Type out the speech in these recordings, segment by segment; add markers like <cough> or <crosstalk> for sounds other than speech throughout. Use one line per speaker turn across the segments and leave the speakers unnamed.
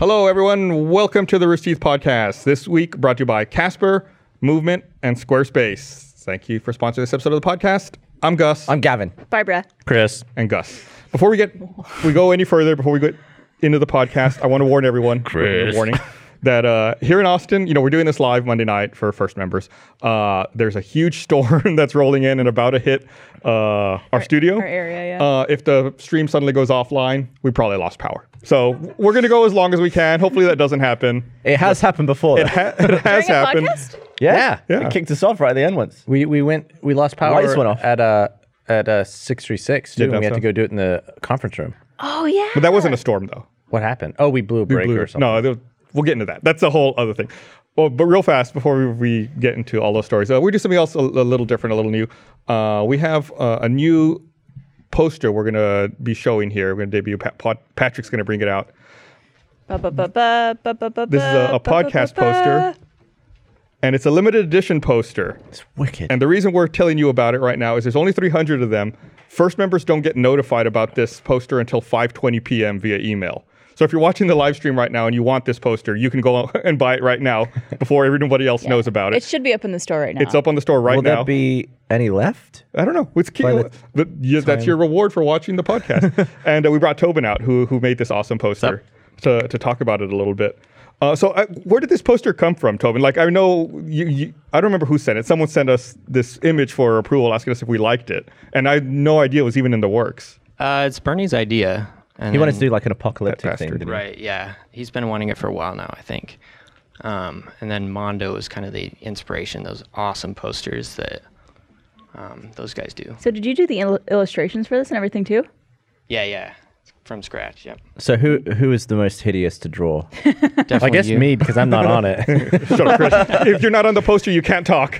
Hello, everyone. Welcome to the Rooster Teeth Podcast. This week brought to you by Casper, Movement, and Squarespace. Thank you for sponsoring this episode of the podcast. I'm Gus.
I'm Gavin.
Barbara.
Chris.
and Gus. Before we get we go any further, before we get into the podcast, I want to warn everyone.
Chris.
Warning that uh, here in Austin, you know, we're doing this live Monday night for first members. Uh, there's a huge <laughs> storm that's rolling in and about to hit uh, our, studio.
our area, yeah.
Uh, if the stream suddenly goes offline, we probably lost power. So we're gonna go as long as we can. Hopefully that doesn't happen.
It has happened before.
It, ha- <laughs> it has
During a
happened.
podcast?
yeah.
Yeah.
It kicked us off right at the end once.
We we went we lost power
Lights went off.
at uh at uh six three six too.
Yeah,
and we had
downtown.
to go do it in the conference room.
Oh yeah.
But that wasn't a storm though.
What happened? Oh, we blew a breaker
Blue-
or something.
No, there- we'll get into that. That's a whole other thing. Well, but real fast before we, we get into all those stories, uh, we do something else a, a little different, a little new. Uh, we have uh, a new poster we're gonna be showing here. We're gonna debut. Pat, Pat, Patrick's gonna bring it out.
Ba, ba, ba, ba, ba, ba, ba,
This is a- a
ba, ba,
podcast
ba, ba.
poster. And it's a limited edition poster.
It's wicked.
And the reason we're telling you about it right now is there's only 300 of them. First members don't get notified about this poster until 5:20 p.m. via email. So if you're watching the live stream right now and you want this poster, you can go <laughs> and buy it right now before everybody else knows about it.
It should be up in the store right now.
It's up on the store right
Will
now.
there be any left?
I don't know. It's key.
the
but yeah, that's your reward for watching the <laughs> podcast. and uh, we brought Tobin out, who who made this awesome poster, to to talk about it a little bit. Uh, so, uh, where did this poster come from, Tobin? Like, I know you, you. I don't remember who sent it. Someone sent us this image for approval, asking us if we liked it, and I had no idea it was even in the works.
Uh, it's Bernie's idea. And
He wanted to
then-
do like an apocalyptic
That
thing.
bastard.
Didn't he?
Right, yeah. He's been wanting it for a while now, I think. Um, and then Mondo was kind of the inspiration, those awesome posters that um, those guys do.
So did you do the il- illustrations for this and everything too?
Yeah, yeah. From scratch, yep.
So who who is the most hideous to draw?
Definitely
I guess
you.
me because I'm not on it.
Shut up, Chris. if you're not on the poster, you can't talk.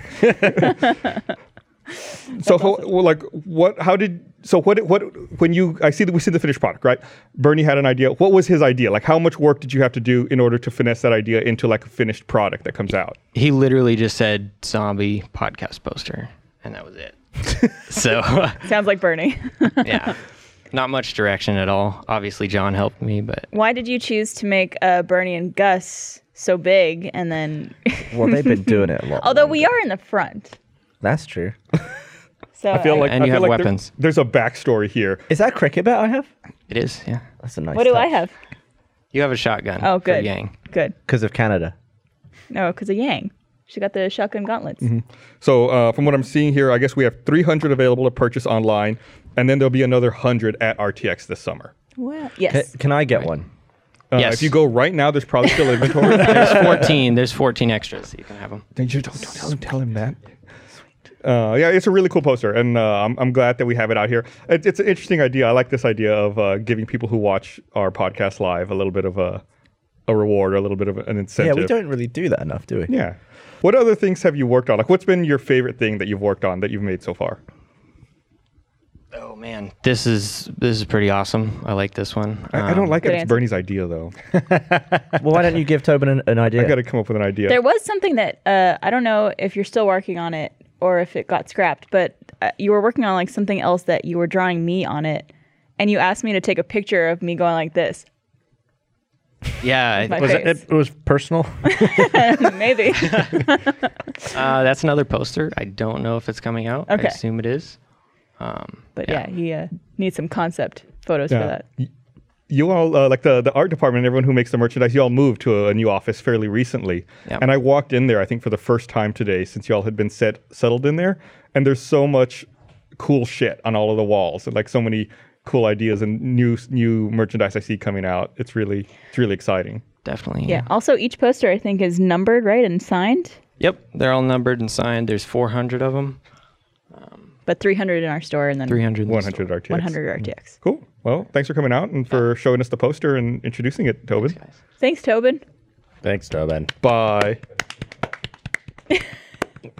so, how, well, like, what? How did? So, what? What? When you, I see that we see the finished product, right? Bernie had an idea. What was his idea? Like, how much work did you have to do in order to finesse that idea into like a finished product that comes out?
He literally just said zombie podcast poster, and that was it. so, <laughs>
Sounds like <laughs> Bernie.
yeah. Not much direction at all. Obviously, John helped me, but
Why did you choose to make uh, Bernie and Gus so big and then?
<laughs>
<laughs>
Well, they've been doing it a lot.
Although we are in the front,
that's true.
so uh,
I feel like,
And
I
you
feel
have
like there-
weapons.
there's a backstory here.
Is that a cricket bat I have?
it is, yeah.
That's a nice.
What do I
touch.
have?
You have a shotgun.
Oh,
for
good. <laughs>
Yang.
Good.
Because of Canada.
No, because of Yang. She got the shotgun gauntlets.
So, uh, from what I'm seeing here, I guess we have 300 available to purchase online, and then there'll be another hundred at RTX this summer.
Wow.
Ca-
Yes.
Can, I get one?
Uh,
Yes.
If you go right now, there's probably still
<laughs>
inventory.
There's 14. There's 14 extras. So you can have them.
Don't, you- don't, don't tell him. Tell him that. Uh, yeah, it's a really cool poster, and uh, I'm, I'm glad that we have it out here. It, it's an interesting idea. I like this idea of uh, giving people who watch our podcast live a little bit of a, a reward or a little bit of an
Yeah,
incentive.
we don't really do that enough, do we?
Yeah. What other things have you worked on? Like, what's been your favorite thing that you've worked on that you've made so far?
Oh man, this is this is pretty awesome. I like this one.
I, I don't
Um,
like it.
good
It's
answer.
Bernie's idea, though.
Well, why don't you give Tobin an, an idea?
I got to come up with an idea.
There was something that uh, I don't know if you're still working on it or if it got scrapped, but uh, you were working on like something else that you were drawing me on it, and you asked me to take a picture of me going like this. <laughs>
Yeah, it-
My
was it-
face.
it was <laughs> personal. <laughs>
Maybe.
uh, that's another poster. I don't know if it's coming out.
Okay.
I assume it is. Um,
but yeah, he uh, needs some concept photos
Yeah.
for that.
Y- You all, uh, like the, the art department, and everyone who makes the merchandise, you all moved to a, a new office fairly recently.
Yeah.
And I walked in there, I think, for the first time today since you all had been set, settled in there. And there's so much cool shit on all of the walls, and like so many cool ideas and new new merchandise I see coming out. It's really it's really exciting.
Definitely.
Yeah. Also, each poster I think is numbered, right, and signed,
Yep. They're all numbered and signed. There's 400 of them.
but 300 in our store and then
300.
100 RTX.
100 RTX.
Cool. Well, thanks for coming out and for showing us the poster and introducing it, Tobin.
Mm-hmm.
Thanks, Tobin.
Thanks, Tobin.
Bye.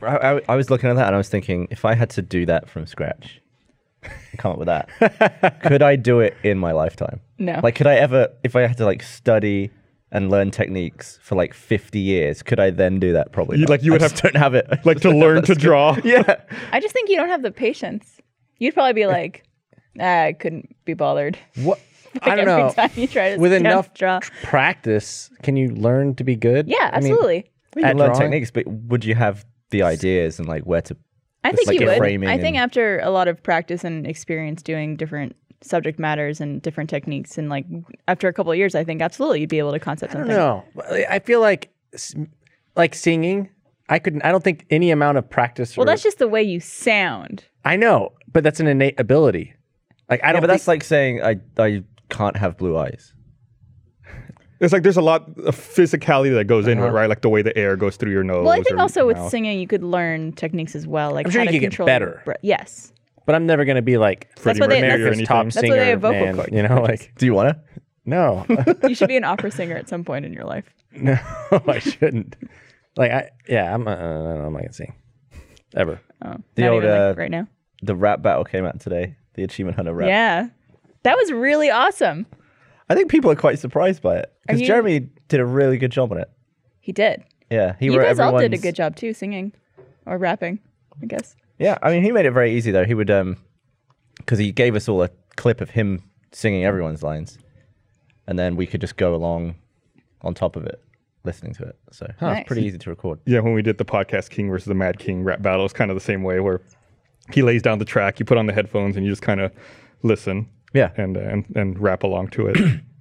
I, I, I was looking at that and I was thinking, if I had to do that from scratch, come up with that,
<laughs>
could I do it in my lifetime?
No.
Like, could I ever, if I had to like study and learn techniques for like 50 years, could I then do that? Probably.
You-
not.
like, you would
I
have
just don't have it.
<laughs> Like
<laughs>
to learn to draw.
<laughs>
<laughs>
yeah.
I just think you don't have the patience. You'd probably be like, ah, I couldn't be bothered.
What?
<laughs> like
I don't
every
know.
time you try to
<laughs> With
attempt
enough
to draw.
tr- practice, can you learn to be good?
Yeah,
I mean,
absolutely.
You can
At
learn
drawing?
techniques, but would you have the ideas and like where to?
I
It's
think
like
you
a
would.
framing
I think
and-
after a lot of practice and experience doing different subject matters and different techniques, and like after a couple of years, I think absolutely you'd be able to concept
I
something.
don't know. I feel like s- like singing. I couldn't. I don't think any amount of practice.
Well,
or-
that's just the way you sound.
I know, but that's an innate ability. Like I
Yeah,
don't.
but
think-
that's like saying I I can't have blue eyes.
It's like there's a lot of physicality that goes into it, right? Like the way the air goes through your nose.
Well, I think
or
also
your
with
mouth.
singing, you could learn techniques as well, like
I'm sure
how
you
to
could get
control
better.
your breath. Yes,
but I'm never gonna be like
Freddie
what they-
Mercury or
America's
anything.
top
That's
singer.
why they have vocal
man,
coaches.
You
<laughs>
know, like
Do you want to?
no, <laughs>
you should be an opera singer at some point in your life.
no, I shouldn't. Like I, yeah, I'm. Uh, I don't know, I'm not gonna sing ever.
Oh,
The
not
old,
even, like,
uh,
right now.
The rap battle came out today. The Achievement Hunter rap.
Yeah, that was really awesome.
I think people are quite surprised by it because
you-
Jeremy did a really good job on it.
He did.
Yeah, he
You
wrote
guys all did a
everyone's-
good job too, singing or rapping, I guess.
Yeah, I mean, he made it very easy though. He would um, because he gave us all a clip of him singing everyone's lines, and then we could just go along on top of it, listening to it. So
Nice.
it's pretty easy to record.
Yeah, when we did the podcast King versus the Mad King rap battle, it's kind of the same way where he lays down the track, you put on the headphones, and you just kind of listen.
Yeah.
And, and and rap along to it. <clears throat>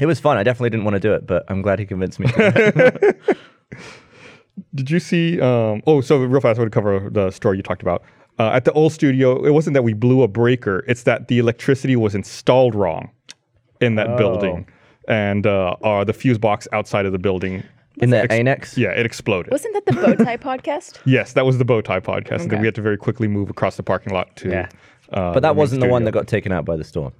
It was fun. I definitely didn't want to do it, but I'm glad he
<laughs>
convinced me. to.
Did you see? Um, oh, so real fast, I want to cover the story you talked about. Uh, at the old studio, it wasn't that we blew a breaker; it's that the electricity was installed wrong in that building, and uh, uh, the fuse box outside of the building.
In their annex.
Yeah, it exploded.
Wasn't that the Bowtie <laughs> podcast?
yes, that was the bow tie podcast, and then
Okay.
we had to very quickly move across the parking lot to.
Yeah.
Uh,
But that
main
wasn't the one
studio.
that got taken out by the storm,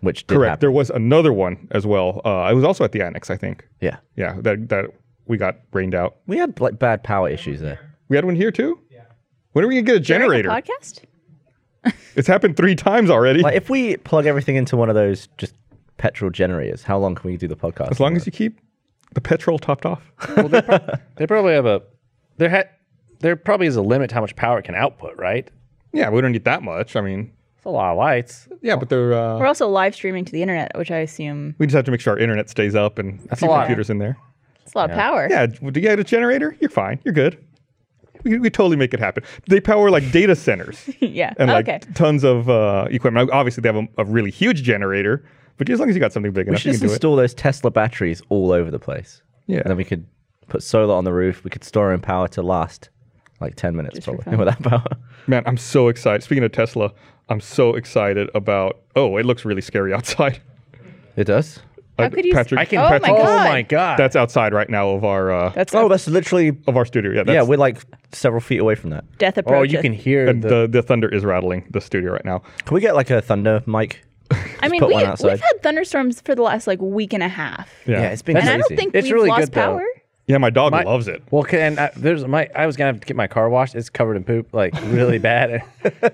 which did
Correct. There
happen.
was another one as well. Uh, it was also at the annex, I think.
Yeah,
Yeah, that that we got rained out.
we had like bad power issues there.
We had one here too. Yeah. When are we gonna get a
During the
generator?
podcast?
It's happened three times already.
Like Uh, if we plug everything into one of those just petrol generators, how long can we do the podcast?
As long as you keep the petrol topped off. <laughs>
They probably have a. There had. There probably is a limit to how much power it can output, right?
yeah, we don't need that much. I mean,
It's a lot of lights.
yeah, but they're, uh,
We're also live streaming to the internet, which I assume
we just have to make sure our internet stays up and a few
a lot.
computers in there.
it's a lot of power.
Yeah, do you get a generator? You're fine. You're good. We, we totally make it happen. They power like data centers
<laughs> Yeah.
and like
okay.
tons of uh, equipment. Obviously, they have a, a really huge generator, but as long as you got something big
We
enough,
should
you
just
can do it.
install those Tesla batteries all over the place.
Yeah.
And then we could put solar on the roof. We could store in power to last like 10 minutes
for
probably <laughs>
fun.
with that power.
Man, I'm so excited. Speaking of Tesla, I'm so excited about. Oh, it looks really scary outside.
It does?
How
Uh,
could you s-
Patrick,
I can-
Patrick-
Oh my God.
god!
That's outside right now of our uh,
That's
Oh,
oh,
that's literally.
of our studio. Yeah, that's,
yeah, we're like several feet away from that.
death approach.
oh, you can hear
and
the,
the, the thunder is rattling the studio right now.
Can we get like a thunder mic?
I mean,
put
we,
one
we've
outside.
had thunderstorms for the last like week and a half.
Yeah,
Yeah, it's been
And I
crazy.
don't think
It's
we've
really
lost
good, though.
power.
yeah. My dog
My-
loves it.
Well, ca- and I, there's my. I was gonna have to get my car washed. It's covered in poop, like really bad,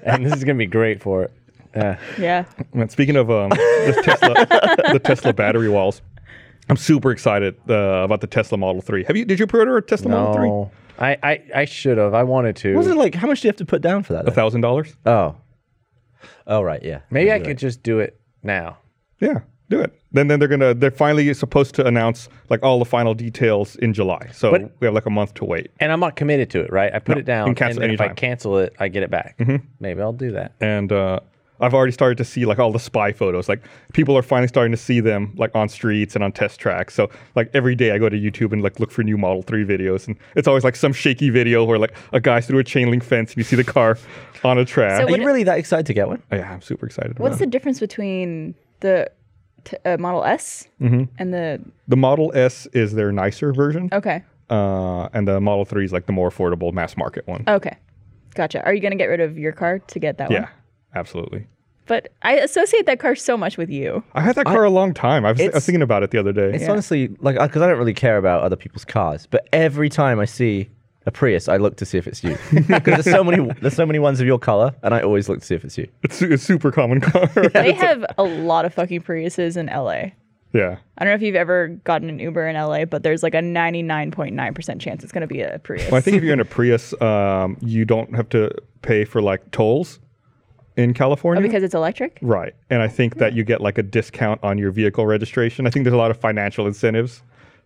and this is gonna be great for it. Yeah.
Yeah.
Man, speaking of um, the Tesla, the Tesla battery walls, I'm super excited uh, about the Tesla Model Three. Have you? Did you pre-order a Tesla Model Three?
No, Oh, I, I, I should have. I wanted to.
What was it like? How much do you have to put down for that?
A
though?
thousand dollars?
Oh. Oh, right. Yeah.
Maybe I
you're
could just do it now.
Yeah, do it. Then then they're gonna they're finally supposed to announce like all the final details in July. So
But-
we have like a month to wait.
And I'm not committed to it, right? I put it down,
you can cancel
and if I
anytime.
cancel it, I get it back. Maybe I'll do that.
and uh, I've already started to see like all the spy photos. Like people are finally starting to see them like on streets and on test tracks. So like every day I go to YouTube and like look for new Model Three videos, and it's always like some shaky video where like a guy's through a chain link fence and you see the car <laughs> on a track.
So
Are
what-
you really that excited to get one?
Oh, yeah, I'm super excited. About
What's
it.
the difference between the t- uh, Model S and the?
The Model S is their nicer version,
Okay.
uh, and the Model Three is like the more affordable mass market one.
Okay. Gotcha. Are you gonna get rid of your car to get that
yeah,
one?
absolutely.
But I associate that car so much with you.
I had that car a long time. I was, I was
It's-
thinking about it the other day.
It's honestly like because I don't really care about other people's cars, but every time I see a Prius, I look to see if it's
<laughs>
you because there's so many there's so many ones of your color, and I always look to see if it's you.
It's su- it's a super
<laughs>
common car.
They have a lot of fucking Priuses in LA.
<laughs> yeah.
I don't know if you've ever gotten an Uber in LA, but there's like a 99.9% chance it's going to be a Prius.
Well, I think if you're in a Prius, um, you don't have to pay for like tolls in California.
Oh, because it's electric?
right. And I think that you get like a discount on your vehicle registration. I think there's a lot of financial incentives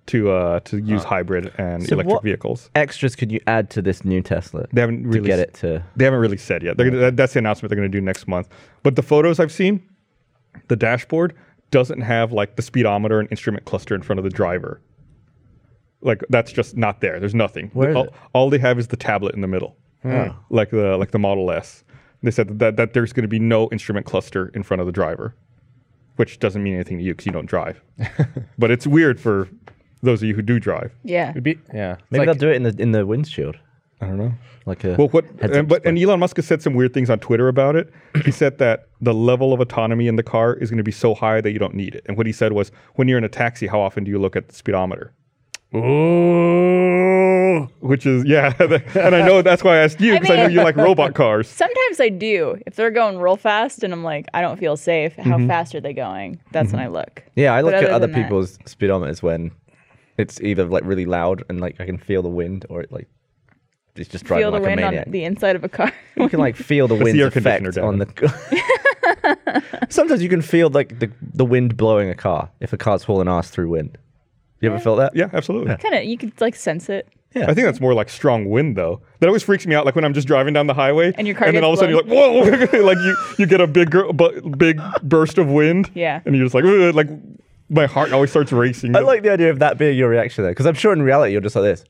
to uh, to use hybrid and
So
electric
what-
vehicles.
Extras could you add to this new Tesla?
They haven't
to
really
get
s-
it to.
They haven't really said yet. They're gonna, that- that's the announcement they're going to do next month. But the photos I've seen, the dashboard doesn't have like the speedometer and instrument cluster in front of the driver. Like that's just not there. There's nothing.
Where is
all,
it? Hmm.
all they have is the tablet in the middle, like the like the Model S. They said that that there's going to be no instrument cluster in front of the driver, which doesn't mean anything to you because you don't drive. but it's weird for those of you who do drive.
Yeah.
It'd be, yeah. It's
Maybe
like-
they'll do it in the in the windshield,
I don't know.
like a.
Well, what?
heads-up
And, but and Elon Musk has said some weird things on Twitter about it. He said that the level of autonomy in the car is going to be so high that you don't need it. And what he said was, when you're in a taxi, how often do you look at the speedometer?
Ooh.
Which is yeah, <laughs> and I know that's why I asked you
I
because I, know
mean-
you like robot cars.
Sometimes I do. If they're going real fast and I'm like, I don't feel safe, how fast are they going? That's when I look.
Mm-hmm. Yeah, I
But
look at
other
other
than that-
people's speedometers when it's either like really loud and like I can feel the wind, or it like it's just driving
Feel the
like
wind
a
on
maniac.
the inside of a car. <laughs>
you can like feel the
the
wind's
air conditioner
effect on the. <laughs> Sometimes you can feel like the the wind blowing a car if a car's hauling ass through wind. You ever felt that?
Yeah, absolutely.
kind of, you could like sense it.
Yeah.
I think that's more like strong wind though. That always freaks me out. Like when I'm just driving down the highway,
And your car
and then
gets
all of a sudden you're like, whoa! <laughs> like you, you get a big gr- bu- big burst of wind.
Yeah.
And you're just like, "Ugh," like my heart always starts racing.
I like the idea of that being your reaction there, because I'm sure in reality you're just
<laughs>
like this.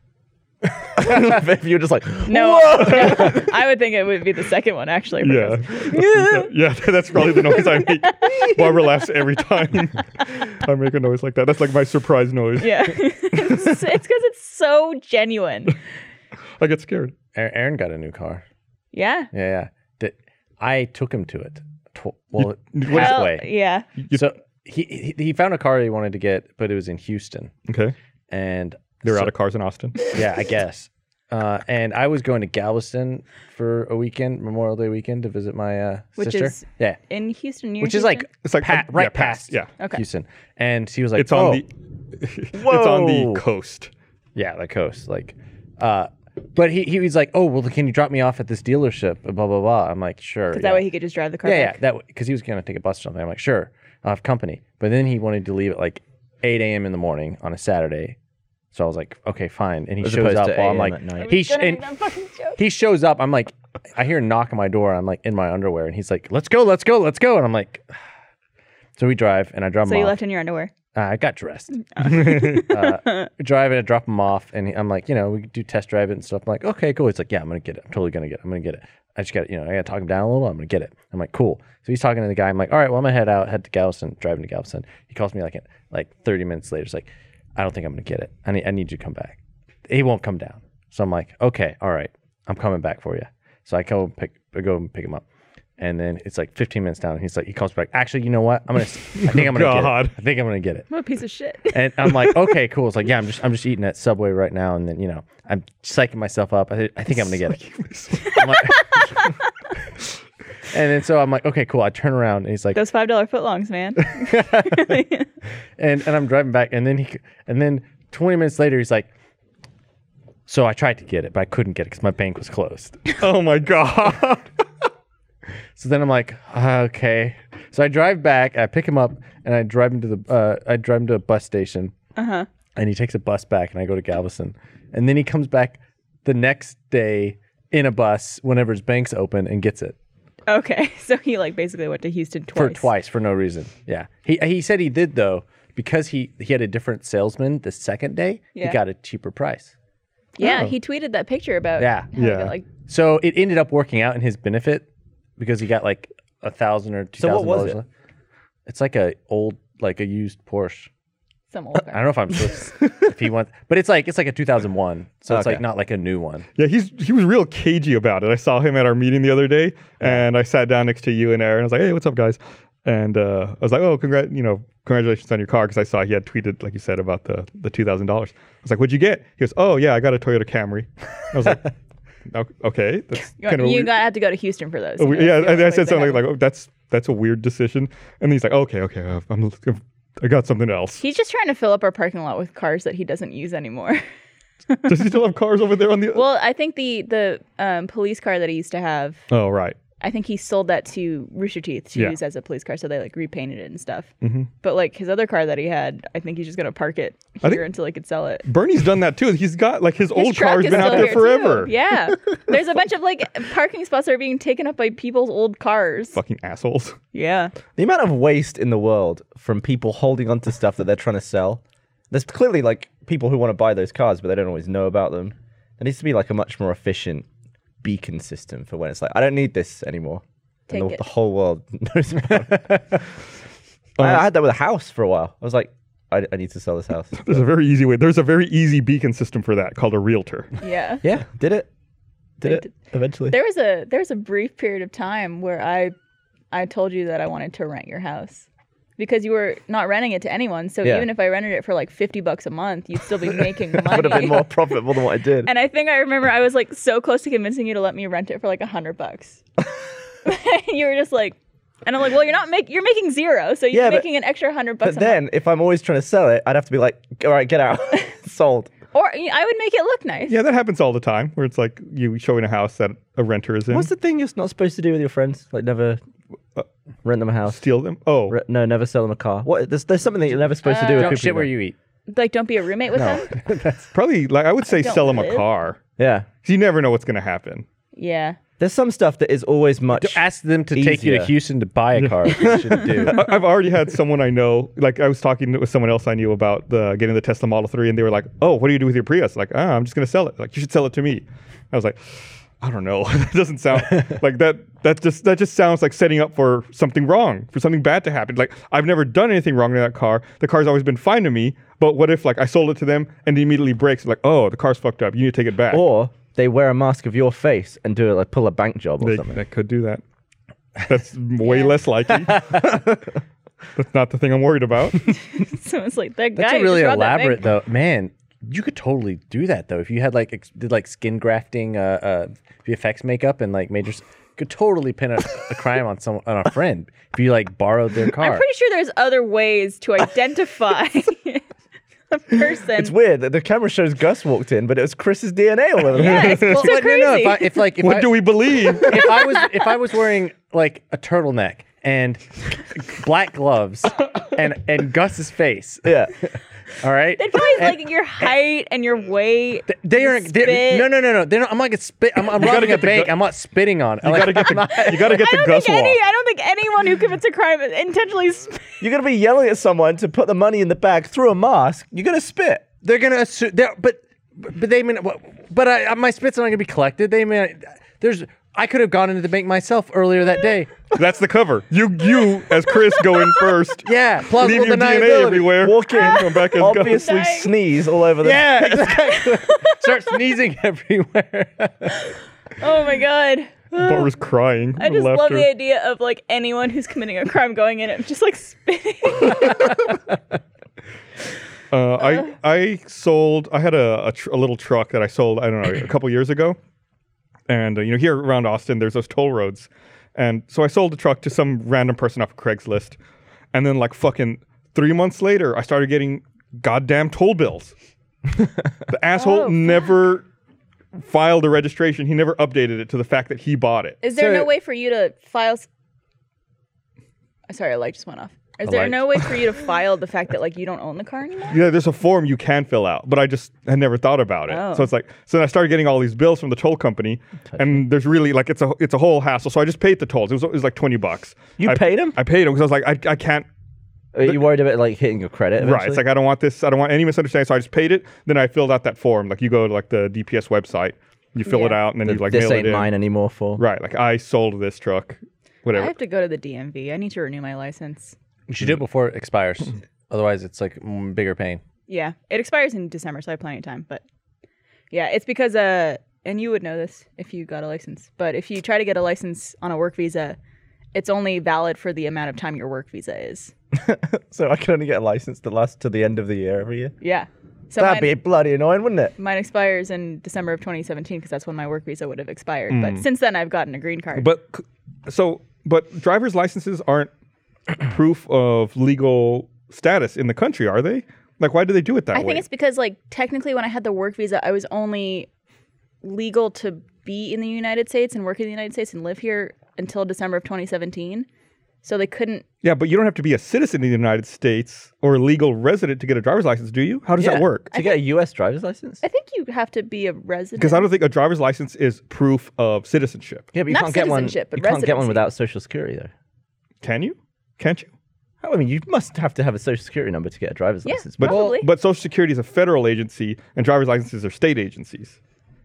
<laughs> if you're just like,
No, no, <laughs> I would think it would be the second one actually.
<laughs>
Yeah.
because-
yeah, <laughs> that's probably the noise I make. Barbara laughs every time <laughs> I make a noise like that. That's like my surprise noise.
<laughs> Yeah. it's because it's so genuine.
I get scared.
Aaron Aaron got a new car.
Yeah.
Yeah, yeah. Did- I took him to it. Tw- well,
Well,
halfway.
Hell, yeah.
so he, he he found a car he wanted to get, but it was in Houston,
Okay.
and
They're
so-
out of cars in Austin.
yeah, I guess. Uh, and I was going to Galveston for a weekend, Memorial Day weekend, to visit my uh,
Which
sister.
is-
yeah,
In Houston, near
which is like
Houston?
It's like,
pa-
uh, yeah,
right
past,
past,
yeah.
Okay.
Houston. And she was like,
It's on
"Oh,
the <laughs> it's on
Whoa.
the coast.
yeah, the coast." Like, uh, but he he was like, "Oh, well, can you drop me off at this dealership?" Blah blah blah. I'm like, "Sure."
'Cause
yeah.
that way he could just drive the car.
yeah,
back.
yeah, that because he was gonna take a bus or something. I'm like, sure, I'll have company. But then he wanted to leave at like 8 a.m. in the morning on a Saturday, so I was like, okay, fine. And he
As
shows
opposed to
up while I'm
8
like,
at night.
he sh-
Gonna
and
make that fucking joke.
he shows up. I'm like, I hear a knock on my door. I'm like in my underwear, and he's like, let's go, let's go, let's go. And I'm like, <sighs> so we drive, and I drive
So
him
you
off.
left in your underwear.
Uh, I got dressed. uh, drive it, I drop him off, and he- I'm like, you know, we do test drive it and stuff. I'm like, okay, cool. He's like, yeah, I'm gonna get it. I'm totally gonna get it. I'm gonna get it. I just got, you know, I gotta talk him down a little. I'm gonna get it. I'm like, cool. So he's talking to the guy. I'm like, all right, well, I'm gonna head out, head to Galveston, driving to Galveston. He calls me like at, like 30 minutes later. He's like, I don't think I'm gonna get it. I need, I need you to come back. He won't come down. So I'm like, okay, all right, I'm coming back for you. So I go pick, I go and pick him up. And then it's like 15 minutes down, and he's like, he calls back. Actually, you know what? I'm gonna, I think I'm gonna
God.
get it. I think I'm gonna get it.
I'm a piece of shit.
And I'm like, okay, cool. It's like, yeah, I'm just I'm just eating at Subway right now, and then you know, I'm psyching myself up. I, thi- I think I'm gonna get it. <laughs> I'm like- <laughs> and then so I'm like, okay, cool. I turn around, and he's like,
Those five dollar footlongs, man. <laughs>
and and I'm driving back, and then he, and then 20 minutes later, he's like. So I tried to get it, but I couldn't get it because my bank was closed.
Oh my god.
So then I'm like, "Ah, okay. So I drive back, I pick him up, and I drive him to the uh, I drive him to a bus station. Uh
Uh-huh.
huh. And he takes a bus back, and I go to Galveston, and then he comes back the next day in a bus whenever his bank's open and gets it
okay, so he like basically went to Houston twice.
for twice for no reason. Yeah. He he said he did though because he he had a different salesman the second day.
Yeah.
He got a cheaper price.
Yeah, he tweeted that picture about
Yeah.
how he
Yeah.
got, like
So it ended up working out in his benefit because he got like a thousand or two
So what
thousand
was
dollars.
it?
left. It's like a old like a used Porsche.
some old
I
guy.
don't know if I'm
<laughs>
supposed to- if he wants, but it's like it's like a 2001, so it's
Okay.
like not like a new one.
Yeah, he's he was real cagey about it. I saw him at our meeting the other day, and I sat down next to you and Aaron. I was like, "Hey, what's up, guys?" And uh, I was like, "Oh, congrat, you know, congratulations on your car," because I saw he had tweeted, like you said, about the the two thousand dollars. I was like, "What'd you get?" He goes, "Oh yeah, I got a Toyota Camry." <laughs> I was like, "O- "Okay, that's
You,
kind of
you got have to go to Houston for those.
Oh, we-
You know,
yeah." I, I
it's the only place
said
they
something
have
like,
them.
"Oh, that's that's a weird decision," and he's like, "Okay, okay, uh, I'm." I got something
<laughs>
else.
He's just trying to fill up our parking lot with cars that he doesn't use anymore. <laughs>
Does he still have cars over there on the?
well, I think the the um, police car that he used to have
oh right.
I think he sold that to Rooster Teeth to
Yeah. Mm-hmm.
use as a police car, so they like repainted it and stuff. But like his other car that he had, I think he's just gonna park it
I
here
think-
until he could sell it.
Bernie's done that too. He's got like his,
His
old
truck
car's
is
been out
still
there
here, too.
forever. <laughs>
Yeah, there's a bunch of like parking spots that are being taken up by people's old cars.
Fucking assholes. <laughs>
Yeah,
The amount of waste in the world from people holding on to stuff that they're trying to sell. There's clearly like people who want to buy those cars, but they don't always know about them. There needs to be like a much more efficient beacon system for when it's like, I don't need this anymore. and
Take
the,
it.
the whole world <laughs> knows about it. I, I had that with a house for a while. I was like, I, I need to sell this house.
There's a very easy way. There's a very easy beacon system for that called a realtor.
yeah.
<laughs> yeah, did it. Did
They
it
did-
eventually.
There was a there was a brief period of time where I I told you that I wanted to rent your house because you were not renting it to anyone. So
Yeah.
even if I rented it for like 50 bucks a month, you'd still be
<laughs>
making
would have been
money.
more profitable than what I did.
and I think I remember I was like so close to convincing you to let me rent it for like 100
<laughs>
bucks. <laughs> you were just like and I'm like, "Well, you're not making you're making zero, so you're
Yeah, but-
making an extra 100 bucks
But
a
then, if I'm always trying to sell it, I'd have to be like, all right, get out. <laughs> Sold.
month." Or you know, I would make it look nice.
Yeah, that happens all the time where it's like you showing a house that a renter is in.
What's the thing you're not supposed to do with your friends? Like, never
Uh,
rent them a house.
Steal them. Oh,
Re- no, never sell them a car. What? There's, there's something that you're never supposed to do with
Don't
people.
Uh, shit where
know.
you eat.
Like don't be a roommate with them.
probably like I would say
don't
sell them a
live.
car.
Yeah.
'Cause You never know what's going to happen.
Yeah. <laughs>
There's some stuff that is always much.
Ask them to take you
Easier.
to Houston to buy a car. you should <laughs> do.
I- I've already had someone I know, like I was talking with someone else I knew about the getting the Tesla Model 3, and they were like, "Oh, what do you do with your Prius?" Like, ah, I'm just gonna sell it. Like, you should sell it to me. I was like, I don't know. <laughs> that doesn't sound like that. That just that just sounds like setting up for something wrong, for something bad to happen. Like, I've never done anything wrong to that car. The car's always been fine to me. But what if like I sold it to them and it immediately breaks? Like, oh, the car's fucked up. You need to take it back.
Or they wear a mask of your face and do it like pull a bank job or
they,
something.
they could do that. That's way
Yeah.
less likely. That's not the thing I'm worried about.
So it's like that guy
That's a
who
really
just robbed that
elaborate
bank-
though, man. You could totally do that though if you had like ex- did like skin grafting, uh, uh, VFX makeup, and like made your s- could totally pin a, a crime on someone on a friend if you like borrowed their car.
I'm
<laughs>
pretty sure there's other ways to identify <laughs> a person.
It's weird that the camera shows Gus walked in, but it was Chris's DNA all over the
Yeah,
place. <laughs>
it's
<laughs>
so
But no,
crazy.
no, if, I,
<laughs>
if like if
what
I,
do we believe?
if I was if I was wearing like a turtleneck and black gloves and and Gus's face,
Yeah.
all right?
They'd probably like your height and your weight.
eh, They
your
aren't. They,
spit.
no, no, no, no. They don't, I'm not gonna spit. I'm, I'm robbing
get
a
the
bank.
gu-
I'm not spitting on. it.
You
I'm
gotta
like,
get the, you gotta get
I
the
don't
Gus
think any.
walk.
I don't think anyone who commits a crime intentionally. Sp-
You're going to be yelling at someone to put the money in the bag through a mask. You're going to
<laughs>
spit.
they're gonna assume. They're, but but they mean. But I, my spit's not gonna be collected. They mean. There's. I could have gone into the bank myself earlier that day.
That's the cover. You you as Chris go in first.
Yeah, plausible
Leave your DNA
deniability.
everywhere.
Walk in,
Come back as Gus.
obviously
Dying.
sneeze all over the
Yeah, exactly. Start sneezing <laughs> everywhere.
oh my god.
Barbara's crying.
I just
with
love
laughter.
the idea of like anyone who's committing a crime going in and just like spitting.
Uh, I I sold. I had a a, tr- a little truck that I sold. I don't know a couple years ago, and uh, you know here around Austin, there's those toll roads, and so I sold the truck to some random person off of Craigslist, and then like fucking three months later, I started getting goddamn toll bills. the asshole
Oh,
never filed a registration. He never updated it to the fact that he bought it.
<laughs> Is there
So-
no way for you to file? s- Sorry, a light just went off. Is there
light.
no way for you to file the fact that like you don't own the car anymore?
Yeah, there's a form you can fill out, but I just had never thought about it.
Oh.
So it's like, so then I started getting all these bills from the toll company, and there's really like it's a it's a whole hassle. So I just paid the tolls. It was, it was like twenty bucks.
You
I,
paid 'em?
I paid them because I was like, I, I can't.
Are you worried about like hitting your credit?
Right. It's like I don't want this. I don't want any misunderstanding. So I just paid it. Then I filled out that form. Like you go to like the DPS website, you fill it
Yeah.
out, and then you like
this
mail
ain't
it in.
mine anymore. For
Right. Like I sold this truck.
I
Whatever.
have to go to the DMV. I need to renew my license.
You should do it before it expires. Otherwise, it's like mm, bigger pain.
Yeah, it expires in December, so I have plenty of time. But yeah, it's because uh, and you would know this if you got a license. But if you try to get a license on a work visa, it's only valid for the amount of time your work visa is.
So I can only get a license that lasts to the end of the year every year.
Yeah, so
That'd be
mine,
bloody annoying, wouldn't it?
mine expires in December of 2017 because that's when my work visa would have expired. But since then, I've gotten a green card.
Mm. But c- so, but driver's licenses aren't <clears throat> proof of legal status in the country, are they? Like, why do they do it that
I
way?
think it's because like technically, when I had the work visa, I was only legal to be in the United States and work in the United States and live here until December of 2017. So they couldn't.
Yeah, but you don't have to be a citizen of the United States or a legal resident to get a driver's license, do you? How does that work?
To get a U.S. driver's license?
I think you have to be a resident.
Because I don't think a driver's license is proof of citizenship.
Yeah, but you
Not
can't get one.
citizenship, but
you can't get one
residency.
without Social Security, though.
Can you? Can't you?
I mean, you must have to have a Social Security number to get a driver's
Yeah,
license.
But
Probably.
but Social Security is a federal agency, and driver's licenses are state agencies.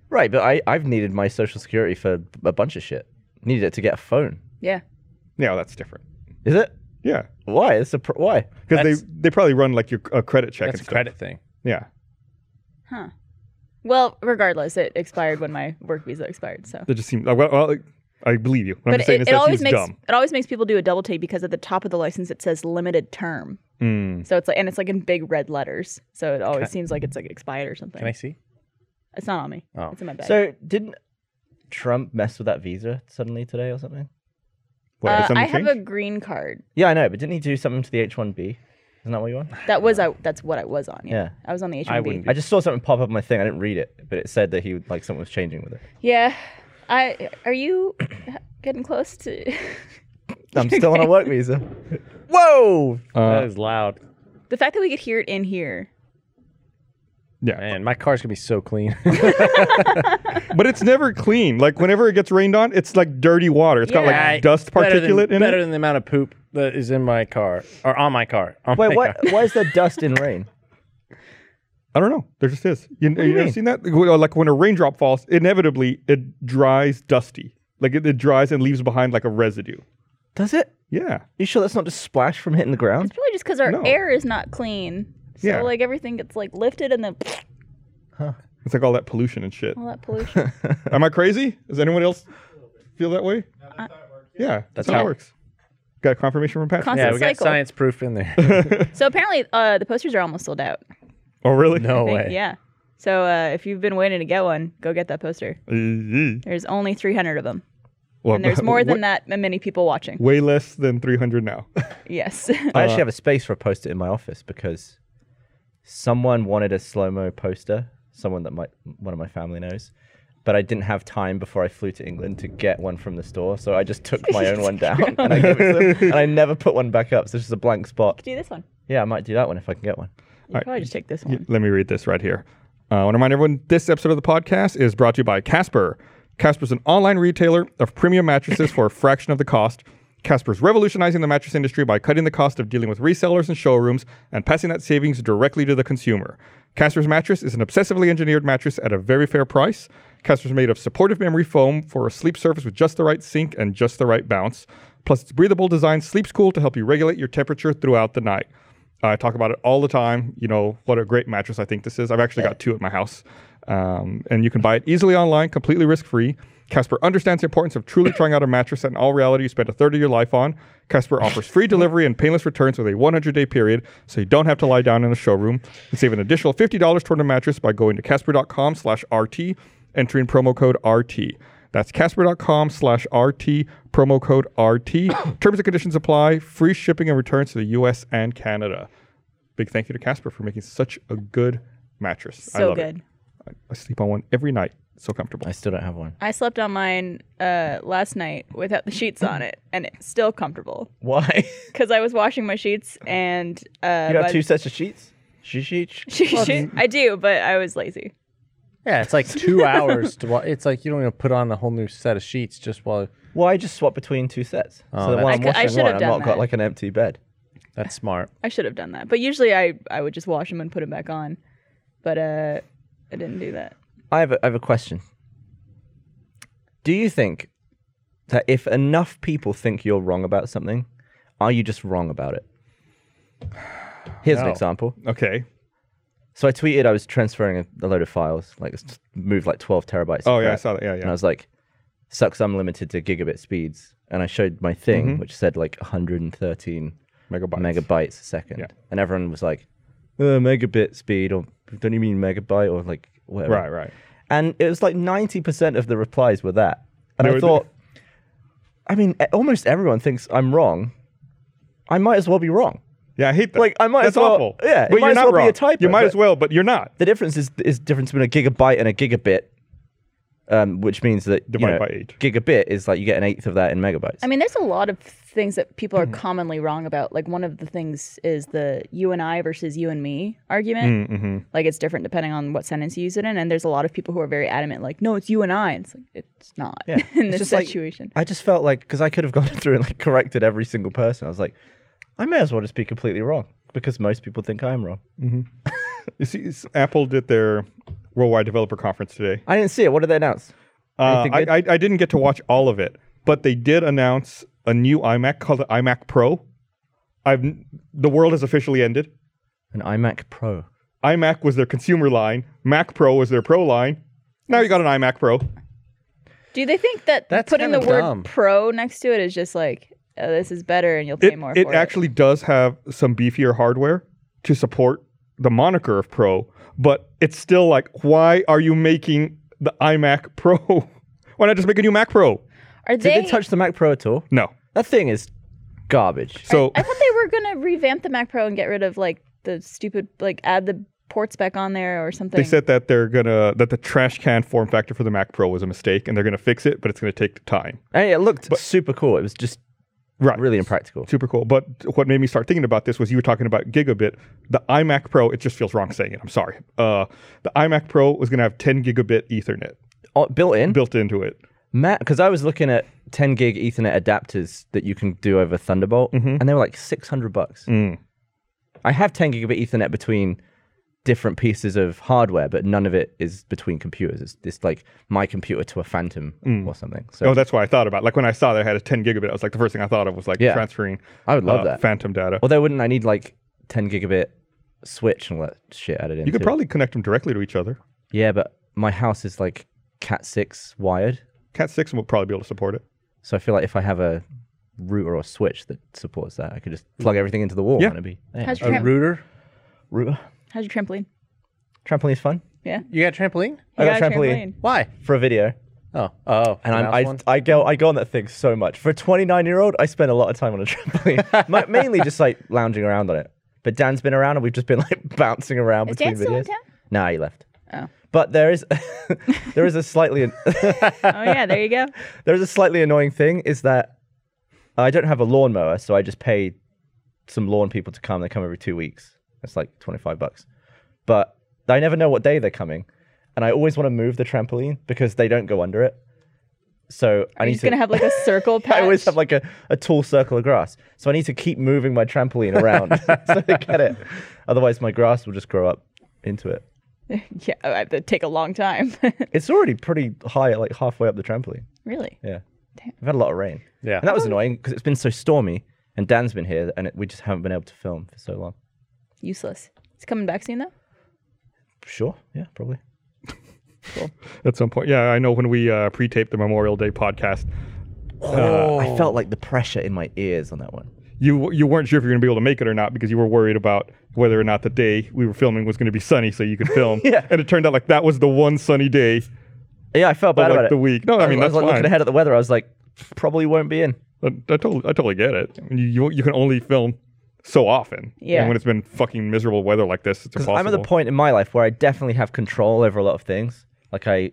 right, but I, I've needed my Social Security for a bunch of shit. Needed it to get a phone.
yeah.
Yeah, well, that's different.
Is it?
Yeah,
Why? It's a pr- why?
because
That's-
they they probably run like your uh, credit check.
That's a
and stuff.
credit thing.
Yeah.
Well, regardless, it expired when my work visa expired. So.
That just seems. Well, well, I believe you. What I'm
But
saying is
it, it
that
always
seems
makes
dumb.
it always makes people do a double take because at the top of the license it says limited term. So it's like and it's like in big red letters. So it always seems like it's like expired or something.
Can I see?
It's not on me.
Oh.
It's in my bag.
So didn't Trump mess with that visa suddenly today or something?
What,
Uh,
has something
I have a
changed?
green card.
Yeah, I know, but didn't he do something to the H-1B? Isn't that what you
<laughs>
want?
That was I. That's what I was on. Yeah,
Yeah.
I was on the H
I
one B.
wouldn't.
I just saw something pop up on my thing. I didn't read it, but it said that he would like something was changing with it.
Yeah, I. Are you <coughs> getting close to? <laughs>
<laughs> I'm still on a work visa. Whoa!
that is loud.
the fact that we could hear it in here.
Yeah,
Man, my car's gonna be so clean.
<laughs>
but it's never clean. Like whenever it gets rained on, it's like dirty water. It's got
Yeah.
like dust
better than,
particulate in
better
it.
than the amount of poop that is in my car or on my car. On my
Wait, what?
car.
Why is there dust in rain?
I don't know. There just is. You, you,
you
ever
mean?
seen that? Well, Like when a raindrop falls, inevitably it dries dusty. Like it, it dries and leaves behind like a residue.
Does it?
Yeah.
You sure that's not just splash from hitting the ground?
It's probably just because our
No.
air is not clean. So
Yeah.
like everything gets like lifted and then <coughs>
It's like all that pollution and shit.
all that pollution.
Am I crazy? Does anyone else feel that way? Yeah, that's how it works. Got confirmation from Patrick.
Constant
Yeah, we got
cycle.
science proof
<laughs>
in there.
So apparently, uh, the posters are almost sold out.
Oh, really?
No
I think.
way.
Yeah. So uh, if you've been waiting to get one, go get that poster.
<laughs> Eee.
There's only 300 of them,
Well,
and
<laughs>
there's more
wa-
than that many people watching.
Way less than 300 now. <laughs>
Yes. <laughs>
I actually have a space for a poster in my office because someone wanted a slow mo poster, someone that my one of my family knows, but I didn't have time before I flew to England to get one from the store, so I just took my own <laughs> one down and I gave it to them, and I never put one back up, so it's just a blank spot.
Do this one.
Yeah, I might do that one if I can get one.
You probably just take this one.
Y- Let me read this right here. Uh, I want to remind everyone this episode of the podcast is brought to you by Casper. Casper's an online retailer of premium mattresses for a fraction of the cost. Casper's revolutionizing the mattress industry by cutting the cost of dealing with resellers and showrooms and passing that savings directly to the consumer. Casper's mattress is an obsessively engineered mattress at a very fair price. Casper's made of supportive memory foam for a sleep surface with just the right sink and just the right bounce. Plus, its breathable design sleeps cool to help you regulate your temperature throughout the night. I talk about it all the time. You know what a great mattress I think this is. I've actually got two at my house, um, and you can buy it easily online, completely risk free. Casper understands the importance of truly trying out a mattress that, in all reality, you spend a third of your life on. Casper offers free delivery and painless returns with a 100-day period, so you don't have to lie down in a showroom. You save an additional $50 toward a mattress by going to casper.com/rt, entering promo code RT. That's casper.com slash RT, promo code RT. <coughs> Terms and conditions apply. Free shipping and returns to the US and Canada. Big thank you to Casper for making such a good mattress. I
So
love
good.
It. I, I sleep on one every night. It's so comfortable.
I still don't have one.
I slept on mine uh, last night without the sheets on it, and it's still comfortable
Why? <laughs>
because I was washing my sheets and uh,
you have
by
two
the-
sets of sheets? She sheets?
<laughs> she- I do, but I was lazy.
yeah, it's
<laughs>
like two hours to. Wa- it's like you don't even put on a whole new set of sheets just while.
Why just swap between two sets?
Oh,
so that
that's-
when
I
I'm
cou- I
washing
should
one,
have
I've
done
not got
that.
like an empty bed.
That's smart.
I should have done that, but usually I I would just wash them and put them back on, but uh, I didn't do that.
I have a, I have a question. Do you think that if enough people think you're wrong about something, are you just wrong
<sighs>
about it? Here's an
No.
example.
Okay.
So I tweeted I was transferring a, a load of files, like s- moved like 12 terabytes. of
Oh, yeah, I
crap.
saw that. Yeah,
And I
yeah.
was like, sucks I'm limited to gigabit speeds. And I showed my thing,
Mm-hmm.
which said like 113
Megabytes.
megabytes a second.
Yeah.
And everyone was like, uh, megabit speed, or don't you mean megabyte, or like whatever.
Right, right.
And it was like 90% of the replies were that. And
They
I
were-
thought, I mean, e- almost everyone thinks I'm wrong. I might as well be wrong.
Yeah, I hate that.
Like, I might as
That's
well-
awful.
yeah, it
but
might
you're
as
not
well be
wrong.
a typo,
you might
but-
as well, but you're not.
The difference is is the difference between a gigabyte and a gigabit. um, which means that
Divide
you know,
by eight.
gigabit is like you get an eighth of that in megabytes.
I mean, there's a lot of things that people are commonly wrong about. Like one of the things is the you and I versus you and me argument. Like it's different depending on what sentence you use it in. And there's a lot of people who are very adamant, like, no, it's you and I. And it's like it's not <laughs> in
It's
this
just like-
situation.
I just felt like because I could have gone <laughs> through and like corrected every single person. I was like, I may as well just be completely wrong because most people think I'm wrong.
You see, s- Apple did their Worldwide Developer Conference today.
I didn't see it. What did they announce?
Uh,
Anything
I,
good?
I, I didn't get to watch all of it, but they did announce a new iMac called the iMac Pro. I've n- the world has officially ended.
An iMac Pro.
iMac was their consumer line. Mac Pro was their pro line. Now you got an iMac Pro.
Do they think that
That's
putting the
kinda
word
dumb.
"pro" next to it is just like, oh, this is better, and you'll pay
It,
more
it
for
actually does have some beefier hardware to support the moniker of Pro, but it's still like, why are you making the iMac Pro? <laughs> why not just make a new Mac Pro?
it? Are
Did
they?
they touch the Mac Pro at all?
No.
That thing is garbage.
So
I thought they were gonna revamp the Mac Pro and get rid of like the stupid, like add the ports back on there or something.
They said that they're gonna that the trash can form factor for the Mac Pro was a mistake, and they're gonna fix it, but it's gonna take time.
Hey, it looked super cool. It was just
Right.
really impractical.
Super cool. But what made me start thinking about this was you were talking about gigabit. The iMac Pro, it just feels wrong saying it. I'm sorry. Uh, the iMac Pro was gonna have 10 gigabit Ethernet
Oh, built in.
built into it.
Matt, because I was looking at 10 gig Ethernet adapters that you can do over Thunderbolt,
Mm-hmm.
and they were like 600 bucks.
Mm.
I have 10 gigabit Ethernet between different pieces of hardware, but none of it is between computers. It's, it's like my computer to a Phantom
Mm.
or something. So
Oh, that's why I thought about. it. Like when I saw that I had a 10 gigabit, I was like the first thing I thought of was like
Yeah.
transferring. uh,
I would love that.
Phantom data.
Although, wouldn't I need like 10 gigabit switch and all that shit added in?
you could
too?
probably connect them directly to each other.
Yeah, but my house is like Cat 6 wired.
Cat six will probably be able to support it.
So I feel like if I have a router or a switch that supports that, I could just plug everything into the wall
Yeah.
and it'd be. yeah.
How's your,
A
tram-
rooter?
Router.
How's your trampoline?
Trampoline is fun.
Yeah.
You got a trampoline?
I
You
got a trampoline.
Why?
for a video.
Oh, oh.
And
the
I'm,
mouse
I,
one?
I go I go on that thing so much. For a 29 year old, I spend a lot of time on a <laughs>
<laughs>
trampoline, Ma- mainly just like lounging around on it. But Dan's been around and we've just been like <laughs> bouncing around
Is
between
Dan still in
videos.
town?
Nah, he left.
Oh.
But there is <laughs> there is a slightly
Oh yeah, there you go.
there's a slightly annoying thing is that I don't have a lawnmower, so I just pay some lawn people to come. They come every two weeks. That's like 25 bucks. But I never know what day they're coming. And I always want to move the trampoline because they don't go under it. So I
You're
need
just
to
gonna have like a circle
<laughs>
patch.
I always have like a, a tall circle of grass. So I need to keep moving my trampoline
<laughs>
around <laughs> so they get it. Otherwise my grass will just grow up into it.
<laughs> yeah, I have to take a long time. <laughs>
It's already pretty high, like halfway up the trampoline.
really?
Yeah. We've had a lot of rain.
Yeah.
And that was
Um,
annoying because it's been so stormy and Dan's been here and it, we just haven't been able to film for so long.
Useless. It's coming back soon though.
Sure. Yeah, probably.
At some point, yeah, I know when we uh, pre-taped the Memorial Day podcast, Uh,
I felt like the pressure in my ears on that one.
you you weren't sure if you were going to be able to make it or not because you were worried about whether or not the day we were filming was going to be sunny so
<laughs>
you could film.
Yeah.
And it turned out like that was the one sunny day.
Yeah, I felt bad
like,
about it.
the week. No, I mean,
I
that's
was like
fine.
looking ahead at the weather. I was like, probably won't be in.
I, I totally I totally get it. I mean, you, you you can only film so often.
Yeah.
And when it's been fucking miserable weather like this, it's impossible.
I'm at the point in my life where I definitely have control over a lot of things. Like I,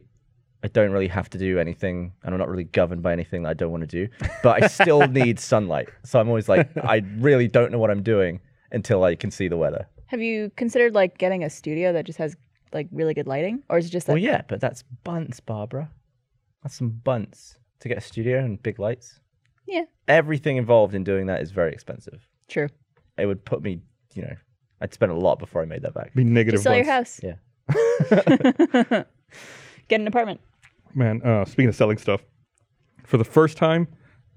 I don't really have to do anything, and I'm not really governed by anything that I don't want to do. But
<laughs>
I still need sunlight, so I'm always like, I really don't know what I'm doing until I can see the weather.
Have you considered like getting a studio that just has like really good lighting, or is it just that?
Well, yeah, but that's bunts, Barbara. That's some bunts to get a studio and big lights.
Yeah.
Everything involved in doing that is very expensive.
True.
It would put me, you know, I'd spend a lot before I made that back.
be negative.
Just sell your
once.
house.
Yeah.
<laughs> Get an apartment.
Man, uh, speaking of selling stuff, for the first time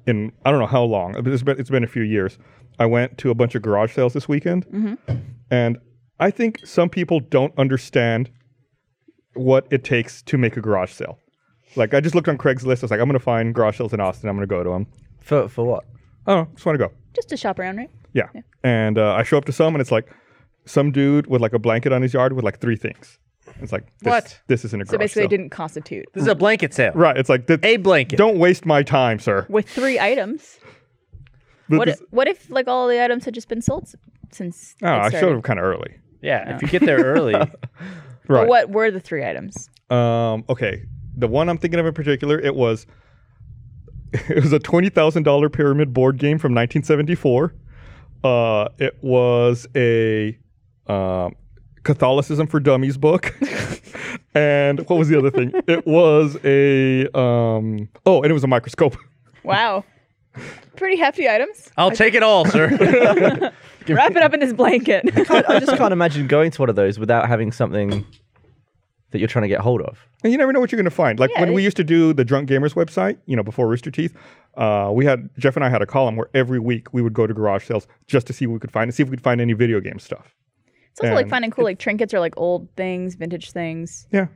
in I don't know how long, but it's been, it's been a few years, I went to a bunch of garage sales this weekend. And I think some people don't understand what it takes to make a garage sale. Like, I just looked on Craigslist. I was like, I'm going to find garage sales in Austin. I'm going to go to them.
For for what?
Oh, just want to go.
Just to shop around, right?
Yeah. And uh, I show up to some, and it's like some dude with like a blanket on his yard with like three things. It's like, this,
What?
This isn't a garage
So basically,
sale.
it didn't constitute
This is a blanket sale.
Right. It's like, th-
A blanket.
don't waste my time, sir.
with three items.
Th-
What?
this-
If, what if like all the items had just been sold s- since?
Oh, I
it
showed
started?
up kind of early.
<laughs>
Yeah. If you get there early,
But
Right.
what were the three items?
Um, okay. the one I'm thinking of in particular, it was <laughs> it was a twenty thousand dollar pyramid board game from 1974. Uh, it was a um, Catholicism for Dummies
<laughs>
book. and what was the other thing? It was a um, oh, and it was a microscope.
<laughs>
Wow. Pretty hefty items.
I'll take it all,
<laughs>
sir.
Wrap it up in this blanket.
I, I just <laughs> can't imagine going to one of those without having something that you're trying to get hold of.
And you never know what you're going to find. Like
Yeah,
when we
it-
used to do the Drunk Gamers website, you know, before Rooster Teeth, uh, we had Jeff and I had a column where every week we would go to garage sales just to see what we could find and see if we could find any video game stuff.
It's also like
And
finding cool like trinkets or like old things, vintage things.
Yeah.
If you're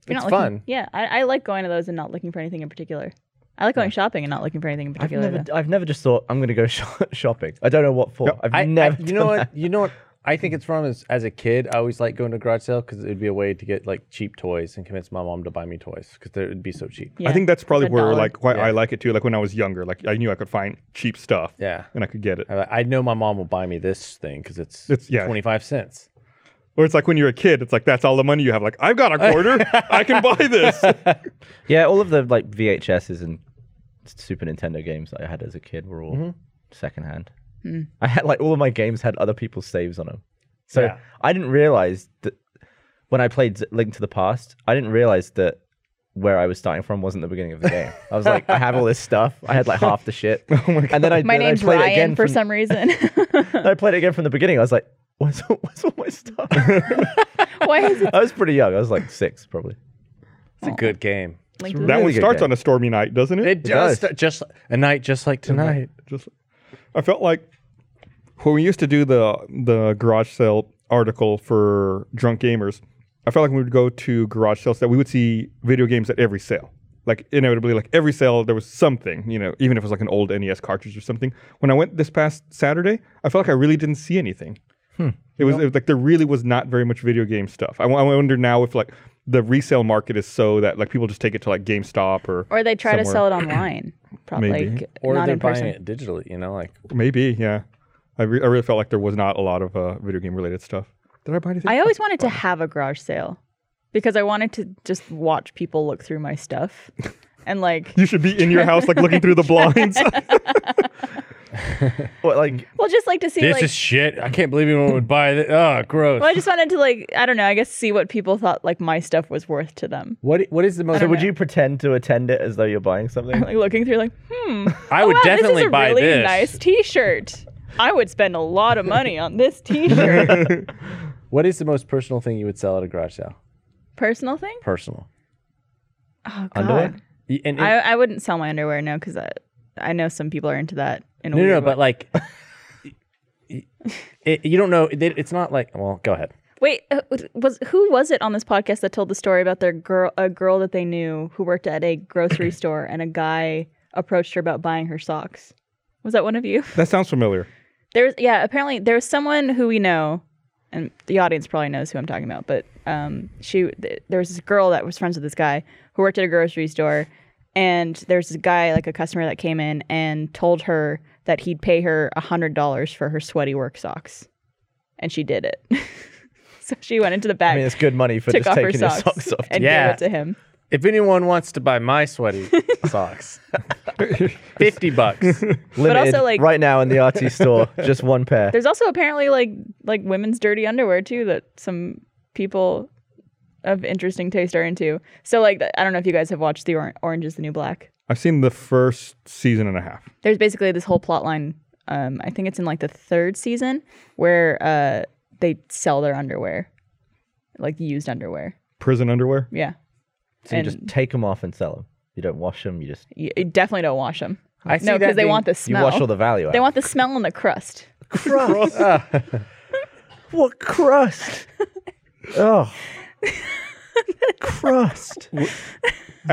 It's
not looking-
fun.
Yeah, I, I like going to those and not looking for anything in particular. I like going shopping and not looking for anything in
I've
particular.
never,
though.
I've never just thought I'm going to go <laughs> sh- shopping. I don't know what for. I've
I,
never.
I, you know what? You know what? I think it's from as, as a kid. I always liked going to garage sale because it would be a way to get like cheap toys and convince my mom to buy me toys because it would be so cheap.
Yeah.
I think that's probably
A
where
dollar.
like why I
Yeah.
like it too. Like when I was younger, like I knew I could find cheap stuff.
Yeah.
And I could get it.
I, I know my mom will buy me this thing because it's,
It's- yeah.
twenty five cents.
Or it's like when you're a kid, it's like that's all the money you have. Like I've got a quarter, I can buy this.
yeah, all of the like VHSs and Super Nintendo games that I had as a kid were all secondhand.
Hmm.
I had like all of my games had other people's saves on them, so
Yeah.
I didn't realize that when I played Z- Link to the Past, I didn't realize that where I was starting from wasn't the beginning of the game. I was like, I have all this stuff. I had like half the shit, and then I
My
then I
name's
played it
Ryan
again
for
from-
some reason. <laughs>
then I played it again from the beginning. I was like, <laughs> where's all, where's all my stuff?
Why is it
I was pretty young. I was like six, probably.
It's a good game.
linked to
that
Really
one
good
starts
game.
on a stormy night, doesn't it?
It
does.
does st- just a night just like tonight.
Just I felt like when we used to do the the garage sale article for drunk gamers, I felt like when we would go to garage sales that we would see video games at every sale. Like inevitably, like every sale there was something, you know, even if it was like an old NES cartridge or something. When I went this past Saturday, I felt like I really didn't see anything. It was, it was like there really was not very much video game stuff. I, wo- I wonder now if like the resale market is so that like people just take it to like GameStop or
Or they try to
somewhere. <clears throat>
sell it online. Probably
Maybe.
like,
Or
not
they're
in
buying
person.
it digitally. You know, like
Maybe, yeah. I, re- I really felt like there was not a lot of uh, video game related stuff. Did I buy anything?
I always wanted to have a garage sale because I wanted to just watch people look through my stuff and like
you should be in your house, like looking through the blinds.
What, like,
well just like to see
this
like
is shit. I can't believe anyone would buy this. Oh, gross.
well I just wanted to like I don't know I guess see what people thought like my stuff was worth to them
what What is the most?
so would you pretend to attend it as though you're buying something?
like looking through like hmm
I
oh,
would
wow,
definitely
this is a
buy
really
this.
nice T-shirt I would spend a lot of money on
<laughs>
this T-shirt
What is the most personal thing you would sell at a garage sale?
personal thing
Personal.
oh god
Underwear?
Y- And,
I I wouldn't sell my underwear no because I I know some people are into that in a
no,
weird
no,
way.
but like, y- y- you don't know. It, it's not like. Well, go ahead.
Wait, uh, was who was it on this podcast that told the story about their girl, a girl that they knew who worked at a grocery store, and a guy approached her about buying her socks? Was that one of you?
that sounds familiar. <laughs>
There's yeah, apparently there's someone who we know, and the audience probably knows who I'm talking about. But um, she th- there was this girl that was friends with this guy who worked at a grocery store, and there's this guy like a customer that came in and told her that he'd pay her a hundred dollars for her sweaty work socks, and she did it. <laughs> so she went into the
I
back,
mean, it's good money for
took
just
off her
taking your
socks,
socks
<laughs>
off.
and
Yeah.
gave it to him.
If anyone wants to buy my <laughs> sweaty socks, fifty <laughs> bucks.
Limited
also, like-
right now in the
<laughs>
RT store, just one pair.
There's also apparently like like women's dirty underwear too that some people of interesting taste are into. So like th- I don't know if you guys have watched the or- Orange is the New Black.
I've seen the first season and a half.
There's basically this whole plot line. Um, I think it's in like the third season where uh, they sell their underwear, like used underwear.
Prison underwear.
Yeah,
So you just take them off and sell them. You don't wash them. You just
you, you definitely don't wash them.
I see
no,
that
because they
being-
want the
you
smell.
wash all the value out.
they want the smell and the crust.
crust. what
<laughs>
crust? oh, crust.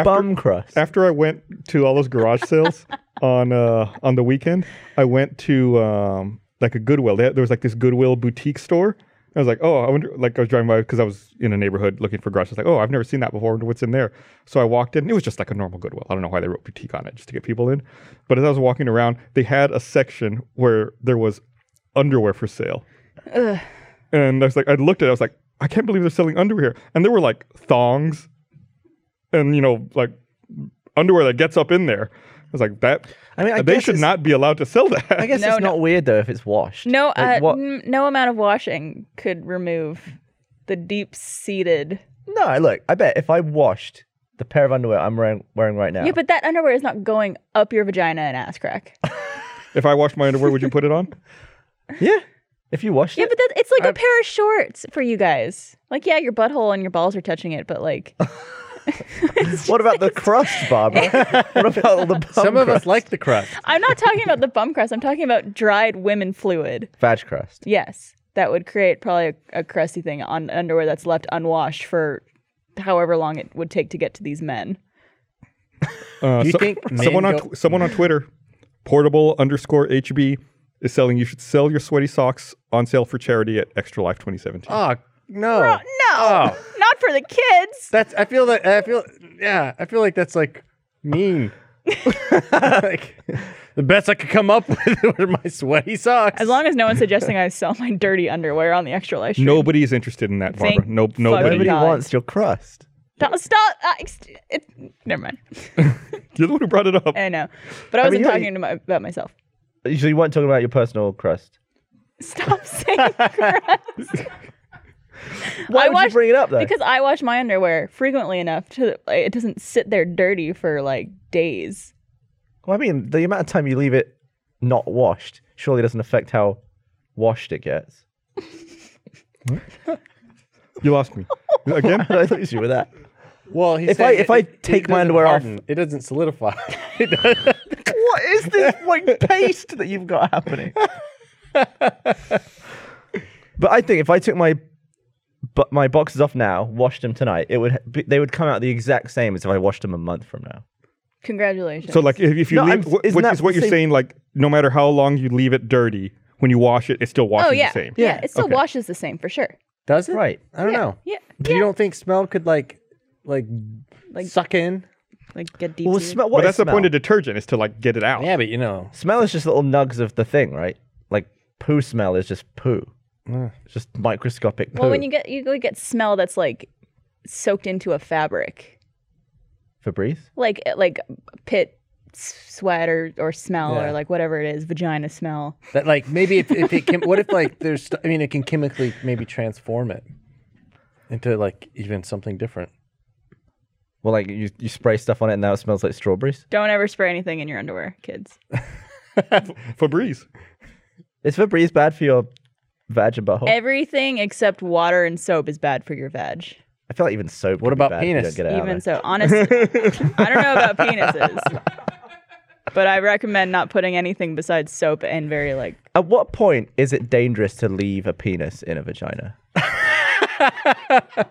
Bum crust.
uh,
After I went to all those garage sales on uh, on the weekend, I went to um, like a Goodwill. They had, there was like this Goodwill boutique store. I was like, oh, I wonder. Like I was driving by because I was in a neighborhood looking for garages. Like, oh, I've never seen that before. I wonder what's in there. So I walked in. It was just like a normal Goodwill. I don't know why they wrote boutique on it just to get people in. But as I was walking around, they had a section where there was underwear for sale. And I was like, I looked at it. I was like, I can't believe they're selling underwear. And there were like thongs and you know like underwear that gets up in there. I was like that.
I mean, I
they
guess
should
it's-
not be allowed to sell that.
I guess
No,
it's
no.
not weird though if it's washed.
No,
Like,
uh,
what-
n- no amount of washing could remove the deep seated.
No, look, I bet if I washed the pair of underwear I'm wearing, wearing right now,
Yeah, but that underwear is not going up your vagina and ass <laughs> crack.
<laughs> if I washed my underwear, would you put it
<laughs>
on?
yeah, if you washed
Yeah,
it,
but that, it's like a pair of shorts for you guys. Like, yeah, your butthole and your balls are touching it, but <laughs> like,
what about
<laughs>
the crust, Barbara? what about all the bum
Some of us
crust?
like the crust.
I'm not talking about the bum crust. I'm talking about dried women fluid.
vag crust?
Yes, that would create probably a, a crusty thing on underwear that's left unwashed for however long it would take to get to these men.
Uh,
You think men
someone on
go-
tw- someone on Twitter, portable underscore HB, is selling. You should sell your sweaty socks on sale for charity at Extra Life 2017.
Oh no.
Oh, no, not for the kids.
That's I feel like I feel yeah, I feel like that's like <laughs> mean. like the best I could come up <laughs> with were my sweaty socks.
As long as no one's suggesting I sell my dirty underwear on the extra life. Stream.
nobody is interested in that, Barbara.
Thank
No,
fucking
nobody.
Nobody
God.
wants your crust.
Don't- stop. I- ex- it, never mind.
<laughs> You're the one who brought it
Eh.
up.
I know, but I
mean,
wasn't
yeah,
talking to my, about myself.
So you weren't talking about your personal crust.
Stop <laughs> saying crust.
Why would you bring it up though?
Because I wash my underwear frequently enough to like, it doesn't sit there dirty for like days.
Well, I mean, the amount of time you leave it not washed surely doesn't affect how washed it gets. <laughs>
You lost
<laughs>
me again.
I lose you with that.
well, he's
If
saying
I- if I take my
doesn't
underwear off-
harden, it doesn't solidify. <laughs>
What is <laughs> this like paste that you've got <laughs> happening? but I think if I took my but my boxes off now, washed them tonight, it would be, they would come out the exact same as if I washed them a month from now.
Congratulations.
So, like, if, if you
No, I'm-
leave, what,
isn't
what,
that
is what you're
same-
saying, like, no matter how long you leave it dirty, when you wash it, it still washes
oh yeah,
the same.
yeah,
Yeah,
it still
okay.
washes the same for sure.
Does it?
Right.
I don't
Yeah,
know.
yeah,
You don't think smell could like like,
Like-
suck in?
Like get deep.
Well,
seated.
smell. What
But
is
that's the
smell?
point of detergent is to like get it out.
Yeah, but you know.
smell is just little nugs of the thing, right? Like poo smell is just poo.
Mm.
It's just microscopic poo.
well, when you get you go get smell that's like soaked into a fabric,
Febreze.
like eh, like pit s- sweat or, or smell
Yeah.
or like whatever it is, vagina smell.
That like maybe if, if it can what if like there's st- I mean it can chemically maybe transform it into like even something different.
Well, like you, you spray stuff on it and now it smells like strawberries.
Don't ever spray anything in your underwear, kids.
Febreze.
Is Febreze bad for your vag and
Eh.
butthole?
Everything except water and soap is bad for your vag.
I feel like even soap.
What
could be
about
bad if you
penis?
don't get it out there.
Even so, honestly, I don't know about penises, but I recommend not putting anything besides soap and very like.
At what point is it dangerous to leave a penis in
<laughs>
a vagina? like,
Do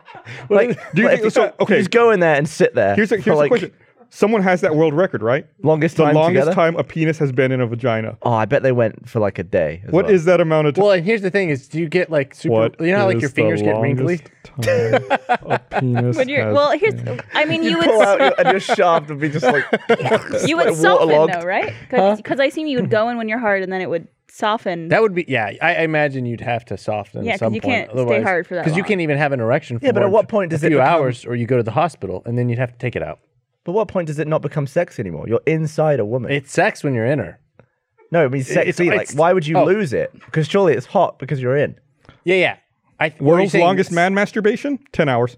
you
like,
think-
if
so,
you
okay.
just go in there and sit there.
Here's a,
for,
here's a
like,
question. Someone has that world record, right?
Longest
the
time
longest
together?
time a penis has been in a vagina.
Oh, I bet they went for like a day. as
What is
well.
that amount of time?
Well, and here's the thing: is do you get like super?
What
you know, how, like your
is the
fingers get wrinkly.
longest time
<laughs>
a penis
When you're,
has-
well, here's. I mean, <laughs> you
Pull out
would
your, and your shaft would be just like.
<laughs> you would
like
soften
waterlogged.
though, right? Because I assume you would go in when you're hard, and then it would soften.
That would be yeah. I, I imagine you'd have to soften.
Yeah,
at
'cause
some
you
point,
can't stay
otherwise-
hard for that
you
long.
can't even have an erection. For
Yeah, but
more
at
than
what point does
a
it
few
become-
hours, or you go to the hospital, and then you'd have to take it out.
but what point does it not become sexy anymore? You're inside a woman.
It's sex when you're in her.
no, it means sexy. like,
it's-
why would you
oh.
lose it? Because surely it's hot because you're in.
Yeah, yeah. I what are you
World's
saying?
longest man masturbation? 10 hours.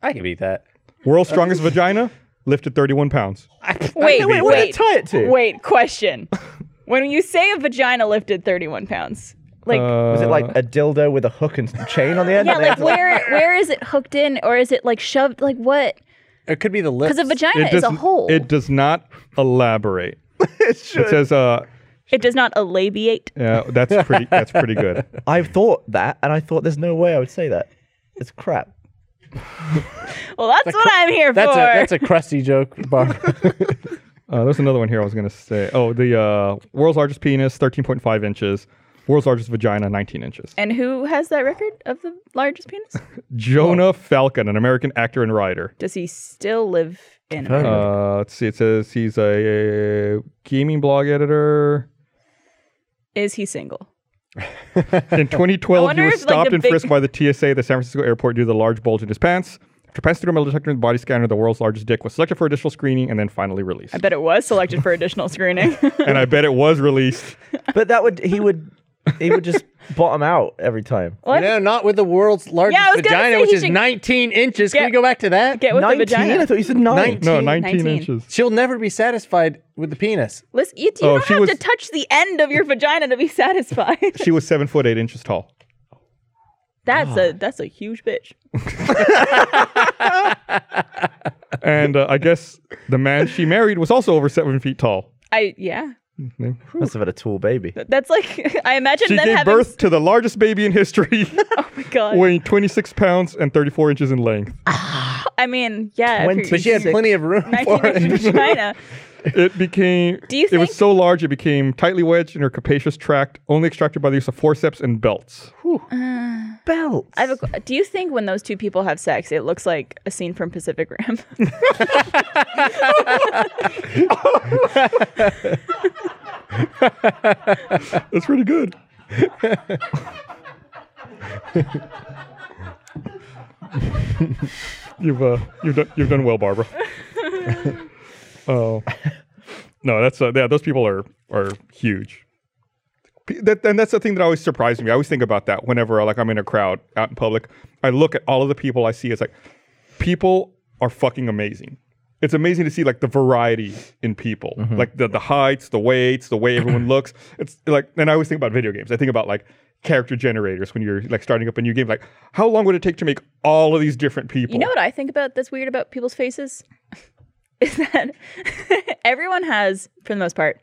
I can beat that.
World's
<laughs>
strongest vagina? Lifted 31 pounds.
wait, wait,
what did
wait,
I tie it to?
wait. Question: When you say a vagina lifted 31 pounds, like.
Was it like a dildo with a hook and <laughs> chain on the end?
yeah,
and they <laughs> had
like
to,
where where is it hooked in, or is it like shoved? Like what?
It could be the lips.
Because a vagina
does,
is a hole.
It does not
<laughs>
elaborate.
It
It
should.
says, uh,
it does not allabiate.
yeah, that's pretty. That's pretty
<laughs>
good.
I thought that, and I thought there's no way I would say that. It's crap.
Well, that's what I'm here
that's
for.
a that's a crusty joke, Barbara.
Uh, there's another one here I was going to say. Oh, the uh, world's largest penis, 13.5 inches. World's largest vagina, 19 inches.
And who has that record of the largest penis?
Jonah Falcon, an American actor and writer.
Does he still live in
Very
America?
Uh, let's see. It says he's a, gaming blog
<laughs>
editor.
Is he single?
In
I
2012, he
wonder
was
if, like,
stopped
the
and
big-
frisked by the TSA at the San Francisco airport due to the large bulge in his pants. Propensity metal detector in the body scanner, the world's largest dick, was selected for additional screening and then finally released.
I bet it was selected for additional screening. <laughs>
and I bet it was released.
But that would he would he would <laughs> just bottom out every time.
What?
No, not with the world's largest
Yeah, I was gonna
vagina,
say
which
he
is
should-
19 inches. Can
Get-
we go back to that?
Get with the
I
vagina.
thought you said nine.
Nine-
No, 19,
19,
inches.
She'll never be satisfied with the penis.
Listen, you, you
Oh,
don't
she
have
was-
to touch the end of your vagina to be <laughs> satisfied.
She was seven foot eight inches tall.
that's a that's a huge bitch.
And uh, I guess the man she married was also over seven feet tall.
I yeah.
Must have had a tall baby.
Th- That's like <laughs> I imagine
She
them
gave
having <laughs> Oh
birth to the largest baby in history, <laughs>
God.
weighing 26 pounds and 34 inches in length.
I mean, yeah. if you're-
But she had <laughs> plenty of room for
19
it.
inch vagina. <laughs>
It became.
Do you
it was
think-
so large it became tightly wedged in her capacious tract, only extracted by the use of forceps and belts.
Belt.
I have a, qu- do you think when those two people have sex, it looks like a scene from Pacific Rim? <laughs>
That's pretty good. you've uh, you've done you've done well,
<laughs>
Barbara. <laughs> Oh no, that's uh, yeah. Those people are are huge. P- That, and that's the thing that always surprised me. I always think about that whenever uh, like I'm in a crowd out in public. I look at all of the people I see. It's like people are fucking amazing. It's amazing to see like the variety in people, like the the heights, the weights, the way <laughs> everyone looks. It's like, and I always think about video games. I think about like character generators when you're like starting up a new game. Like, how long would it take to make all of these different people?
You know what I think about that's weird about people's faces? <laughs> Is that <laughs> everyone has, for the most part,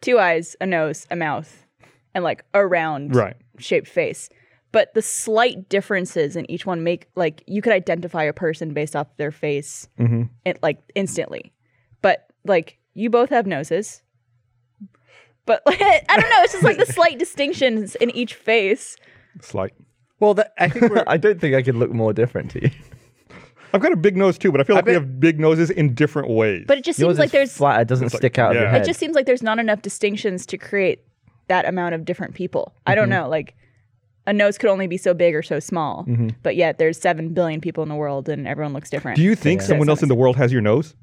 two eyes, a nose, a mouth, and like a round
Right.
shaped face. But the slight differences in each one make like you could identify a person based off their face it, like instantly. But like you both have noses. But <laughs> like, I don't know, it's just like the slight distinctions in each face.
Slight.
Well, that, I think we're,
<laughs> I don't think I could look more different to you.
I've got a big nose too, but I feel like we
bet-
have big noses in different ways.
But it just
Yours
seems
is
like there's
flat. It doesn't stick out of your
yeah.
head.
it just seems like there's not enough distinctions to create that amount of different people. I don't know, like a nose could only be so big or so small, but yet there's seven billion people in the world and everyone looks different.
do you think someone else in the world has your nose?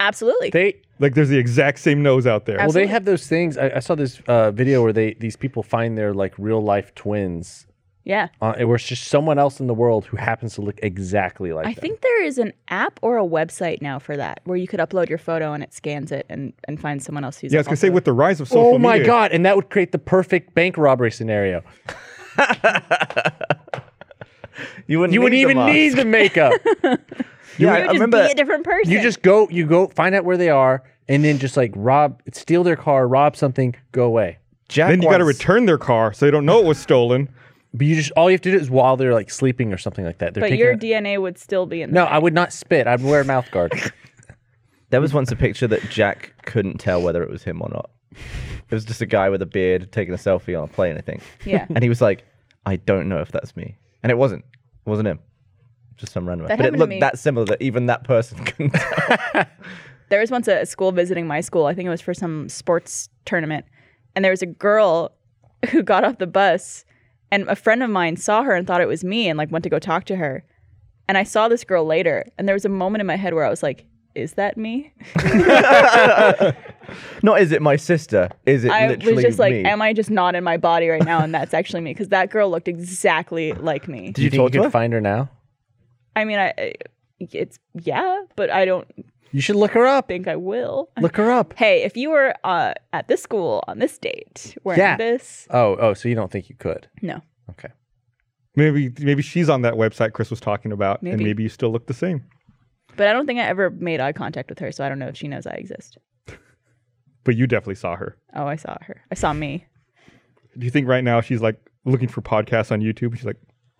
Absolutely.
they
Like, there's the exact same nose out there.
well,
Absolutely.
they have those things. I, I saw this uh, video where they these people find their like real life twins,
yeah.
uh, where it's just someone else in the world who happens to look exactly like
I
them.
think there is an app or a website now for that where you could upload your photo and it scans it and, and finds someone else who's
yeah, I was gonna say
also-
with the rise of social
Oh my
media-
god! And that would create the perfect bank robbery scenario.
You wouldn't.
You wouldn't even need
<laughs>
the makeup.
Yeah,
you would
I
just
remember.
be a different person.
you just go, you go, find out where they are, and then just like rob, steal their car, rob something, go away.
Jack
Then you got to
once-
return their car, so they don't know it was stolen.
But you just all you have to do is while they're like sleeping or something like that. They're
but
taking
your
a-
DNA would still be in
no,
there.
I would not spit. I'd wear a mouth
<laughs>
guard.
There was once a picture that Jack couldn't tell whether it was him or not. It was just a guy with a beard taking a selfie on a plane, I think.
Yeah.
And he was like, "I don't know if that's me," and it wasn't. It wasn't him. Just some random.
That
but it
happened to
looked
me.
that similar that even that person <laughs> couldn't. tell.
there was once a, a school visiting my school. I think it was for some sports tournament, and there was a girl <laughs> who got off the bus, and a friend of mine saw her and thought it was me, and like went to go talk to her. And I saw this girl later, and there was a moment in my head where I was like, "Is that me?"
Not is it my sister? Is it
I
literally
was just like,
me?
"Am I just not in my body right now?" And that's actually me because that girl looked exactly like me.
Did you,
think
talk
you
to
could
her?
find her now?
I mean, I I- it's yeah, but I don't
You should look her
<laughs>
up.
think I will.
Look her up.
Hey, if you were uh, at this school on this date wearing
Yeah.
this,
Oh, oh, so you don't think you could?
no.
Okay.
Maybe maybe she's on that website Chris was talking about, and
Maybe.
maybe you still look the same.
But I don't think I ever made eye contact with her, so I don't know if she knows I exist.
But you definitely saw her.
Oh, I saw her. I saw me.
Do you think right now she's like looking for podcasts on YouTube? She's like,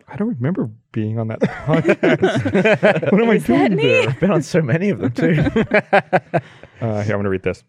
I don't remember being on that <laughs> podcast. what am I doing there?
<laughs> I've been on so many of them
<laughs>
too.
Uh, here, I'm going to read this.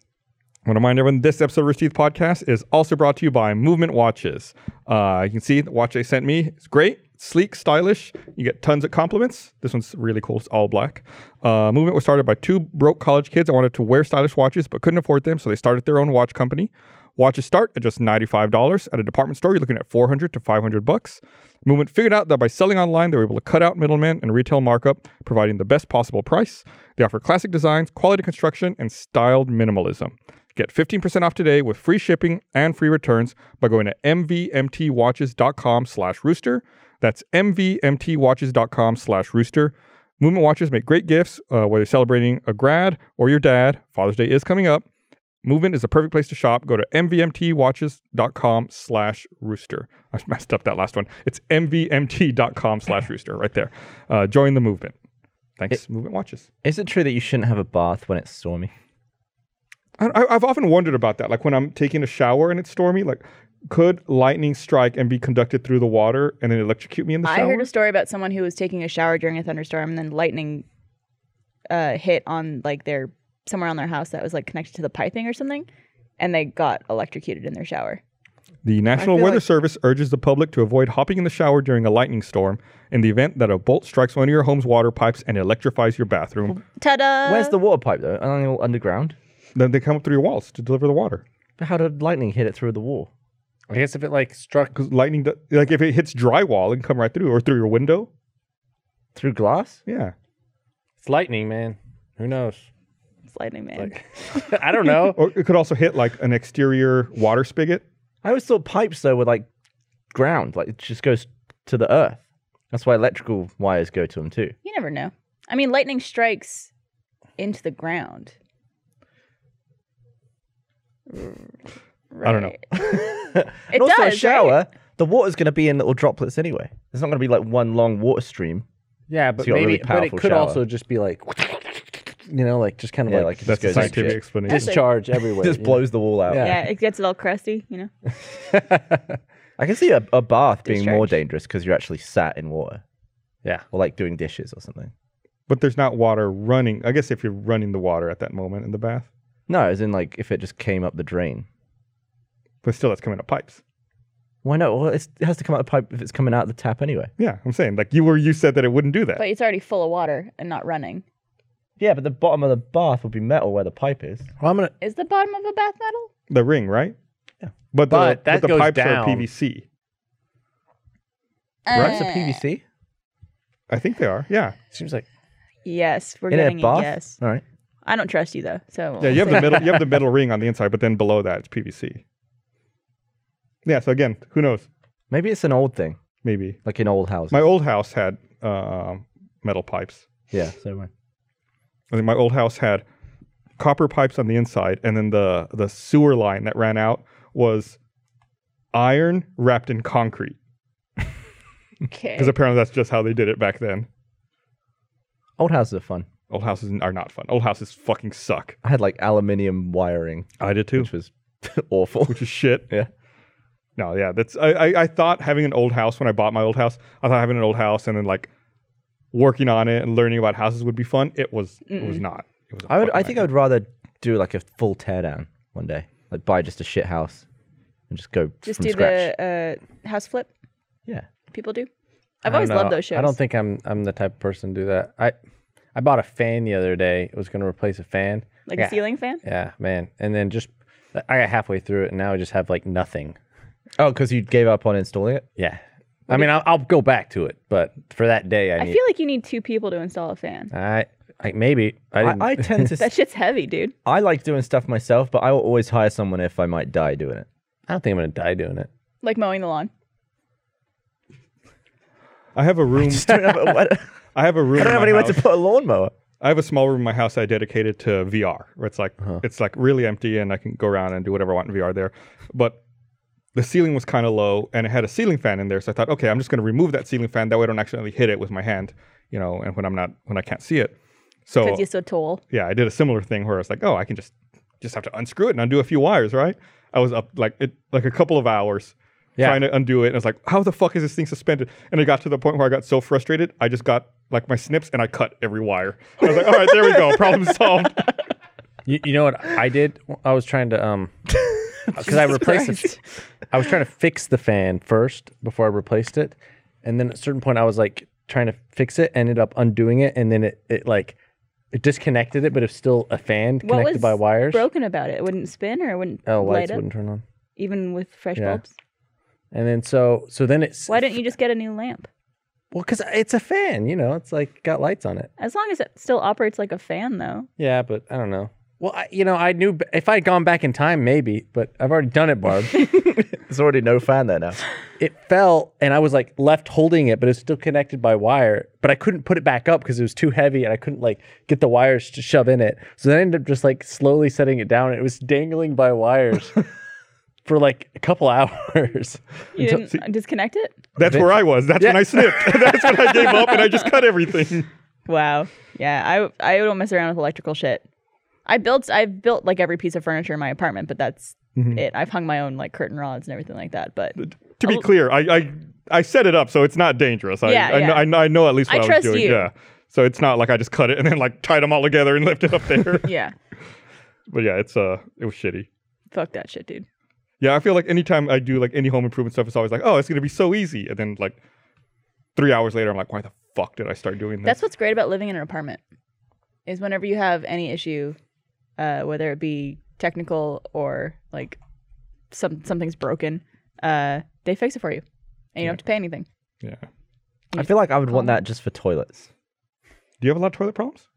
I want to remind everyone this episode of Rooster Teeth Podcast is also brought to you by Movement Watches. Uh, you can see the watch they sent me. It's great, sleek, stylish. You get tons of compliments. This one's really cool. It's all black. Uh, Movement was started by two broke college kids that wanted to wear stylish watches but couldn't afford them, so they started their own watch company. Watches start at just $95 at a department store. You're looking at 400 to 500 bucks. Movement figured out that by selling online, they were able to cut out middlemen and retail markup, providing the best possible price. They offer classic designs, quality construction, and styled minimalism. Get 15% off today with free shipping and free returns by going to mvmtwatches.com slash rooster. That's mvmtwatches.com slash rooster. Movement watches make great gifts, uh, whether you're celebrating a grad or your dad. Father's Day is coming up. Movement is the perfect place to shop. Go to mvmtwatches.com slash rooster. I <laughs> messed up that last one. It's mvmt.com slash rooster right there. Uh, join the movement. Thanks, Movement Watches.
Is it true that you shouldn't have a bath when it's stormy?
I, I- I've often wondered about that. Like when I'm taking a shower and it's stormy, like could lightning strike and be conducted through the water and then electrocute me in the
I
shower?
heard a story about someone who was taking a shower during a thunderstorm and then lightning uh, hit on like their somewhere on their house that was like connected to the piping or something, and they got electrocuted in their shower.
The National Weather Service urges the public to avoid hopping in the shower during a lightning storm in the event that a bolt strikes one of your home's water pipes and electrifies your bathroom.
Ta-da!
Where's the water pipe though? Aren't they all underground?
Then they come up through your walls to deliver the water.
But how did lightning hit it through the wall?
I guess if it like struck,
Because lightning, do- like if it hits drywall, it can come right through or through your window.
Through glass?
Yeah.
it's lightning, man. Who knows? <laughs>
It's lightning man?
I don't know.
Or it could also hit like an exterior water spigot.
I always thought pipes though were like ground, like it just goes to the earth. That's why electrical wires go to them too.
You never know. I mean, lightning strikes into the ground.
I don't know.
It
<laughs> and also
does,
a shower,
right?
the water's going to be in little droplets anyway. It's not going to be like one long water stream.
<laughs> Yeah, but
got a
maybe,
really
but it
powerful
could
shower.
also just be like, you know, like just kind of
Yeah,
like,
like it
That's
just
the
goes like
scientific
shit.
explanation.
discharge <laughs> everywhere.
Just
you know?
blows the wall out.
Yeah.
Yeah, it gets it all crusty, you know.
I can see a, a bath being more
Discharge.
dangerous because you're actually sat in water
Yeah,
or like doing dishes or something.
But there's not water running. I guess if you're running the water at that moment in the bath,
No, as in like if it just came up the drain.
but still that's coming up pipes.
Why not? Well, it's, it has to come out the pipe if it's coming out of the tap anyway.
Yeah, I'm saying like you were you said that it wouldn't do that.
But it's already full of water and not running.
Yeah, but the bottom of the bath will be metal where the pipe is.
well, I'm gonna.
Is the bottom of a bath metal?
the ring, right?
Yeah.
But the,
But
but
that
the
goes
pipes
down.
are PVC.
That's
Uh,
a PVC
I think they are. Yeah.
Seems like
Yes, we're
in a
getting a
bath.
yes.
All right.
I don't trust you though. So
Yeah. You have the middle. You have the middle ring on the inside, but then below that it's PVC. Yeah. So again, who knows?
Maybe it's an old thing,
Maybe
like in old houses.
my old house had um metal pipes.
yeah. So uh, am I.
I think my old house had copper pipes on the inside, and then the the sewer line that ran out was iron wrapped in concrete
okay.
because apparently that's just how they did it back then.
Old houses are fun.
Old houses are not fun. Old houses fucking suck.
I had like aluminium wiring,
I did too,
which was <laughs> awful.
which is shit.
yeah.
No, yeah, that's I, I I thought having an old house when I bought my old house, I thought having an old house and then like working on it and learning about houses would be fun. It was it was not. It was a
I would. I
fucking
think I would rather do like a full teardown one day, like buy just a shit house and just go
Just
from
do
scratch.
the uh, house flip.
Yeah.
People do. I've always
don't know.
loved those shows.
I don't think I'm I'm the type of person to do that. I I bought a fan the other day. It was going to replace a fan.
like
yeah.
a ceiling fan.
Yeah, man. And then just I got halfway through it, and now I just have like nothing.
Oh, because you gave up on installing it.
Yeah. I mean, I'll, I'll go back to it, but for that day, I
I
need.
feel like you need two people to install a fan.
I, I maybe I, didn't,
I, I tend
<laughs>
to.
That
s-
shit's heavy, dude.
I like doing stuff myself, but I will always hire someone if I might die doing it.
I don't think I'm gonna die doing it.
Like mowing the lawn.
Oh.
I
<laughs>
have a room.
Just don't have a- I don't-
<laughs> I have a room.
I don't
in
have
my
anywhere
house-
to put a lawnmower.
I have a small room in my house I dedicated to VR, where it's like it's like really empty and I can go around and do whatever I want in VR there. But the ceiling was kind of low and it had a ceiling fan in there, so I thought, okay, I'm just going to remove that ceiling fan. That way, I don't accidentally hit it with my hand, you know, and when I'm not when I can't see it. So
Because you're so tall.
yeah, I did a similar thing where I was like, oh, I can just just have to unscrew it and undo a few wires, right? I was up like it like a couple of hours
Yeah.
trying to undo it, and I was like, how the fuck is this thing suspended? And it got to the point where I got so frustrated, I just got like my snips and I cut every wire. I was like, all right, there we
<laughs>
go, problem solved.
You, you know what I did? I was trying to
<laughs>
um, because I replaced. The, I was trying to fix the fan first before I replaced it, and then at a certain point I was like trying to fix it, ended up undoing it, and then it it like it disconnected it, but it's still a fan
What
connected
was
by wires.
broken about it? It wouldn't spin or it wouldn't
Oh,
light
lights
up,
wouldn't turn on.
even with fresh
Yeah.
bulbs.
And then so so then it's
Why don't you just get a new lamp?
Well, because it's a fan, you know, it's like got lights on it.
As long as it still operates like a fan, though.
Yeah, but I don't know. Well, I, you know, I knew b- if I had gone back in time, maybe, but I've already done it, Barb.
There's already no fan there now.
it fell, and I was like left holding it, but it was still connected by wire. But I couldn't put it back up because it was too heavy, and I couldn't like get the wires to shove in it. So then I ended up just like slowly setting it down, and it was dangling by wires for like a couple <laughs> hours.
You didn't disconnect it?
That's where I was. That's when I snipped. <laughs> That's when I gave up and I just cut everything.
Wow. Yeah, I I don't mess around with electrical shit. I built I've built like every piece of furniture in my apartment, but that's
Mm-hmm.
it. I've hung my own like curtain rods and everything like that. But
To be clear, I, I I set it up so it's not dangerous. I,
Oh. Yeah,
I,
yeah.
Know, I, know, I know at least
I
what I,
trust
was doing.
you.
Yeah. So it's not like I just cut it and then like tied them all together and left it up
<laughs>
there.
<laughs> yeah,
but yeah, it's uh, it was shitty.
fuck that shit, dude.
Yeah, I feel like anytime I do like any home improvement stuff, it's always like, oh, it's gonna be so easy, and then like three hours later, I'm like, why the fuck did I start doing this?
That's what's great about living in an apartment is whenever you have any issue, uh, whether it be technical or like some something's broken, uh, they fix it for you, and you don't have to pay anything.
yeah. Do
I feel like I would want that just for toilets.
you have a lot of toilet problems?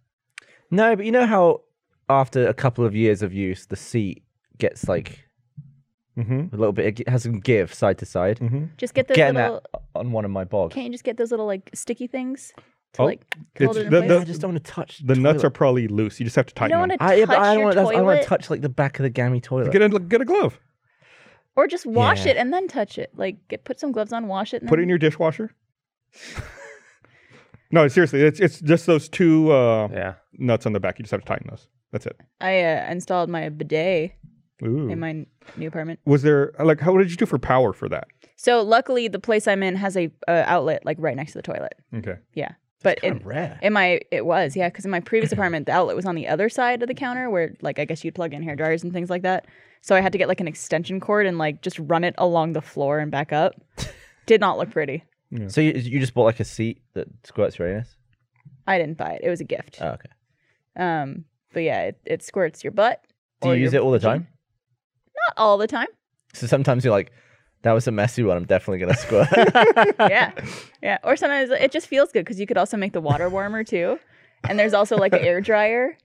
No, but you know how after a couple of years of use, the seat gets like
Mm-hmm.
a little bit, it has some give side to side.
Just get those
Getting
little.
that on one of my bogs.
Can't you just get those little like sticky things to
Oh,
like
it's-
hold it in
the-
place?
the-
I just don't want to touch
The nuts are
toilet.
probably loose. You just have to
you
tighten
don't
them.
want to touch
I, yeah, but I don't
your
want. I don't want
toilet,
to touch like the back of the gammy toilet.
Get a get a glove.
or just wash it and then touch it. Like, get, put some gloves on, wash it, and
Put it
then
in your dishwasher. <laughs> no, seriously, it's it's just those two uh,
Yeah.
nuts on the back. You just have to tighten those. That's it.
I uh, installed my bidet
Ooh.
in my n- new apartment.
Was there like how what did you do for power for that?
So luckily, the place I'm in has a uh, outlet like right next to the toilet.
Okay.
Yeah, but in,
rare.
in my it was yeah because in my previous apartment the outlet was on the other side of the counter where like I guess you'd plug in hair dryers and things like that. So I had to get like an extension cord and like just run it along the floor and
<laughs>
back up. Did not look pretty.
So you, you just bought like a seat that squirts your anus?
I didn't buy it. It was a gift.
Uh.
Oh, okay.
Um, but yeah, it, it squirts your butt.
Do you
or
use
your
it all the
vagina.
time?
Not all the time.
So sometimes you're like, that was a messy one. I'm definitely gonna squirt.
yeah, yeah. Or sometimes it just feels good because you could also make the water warmer too. And there's also like an air dryer,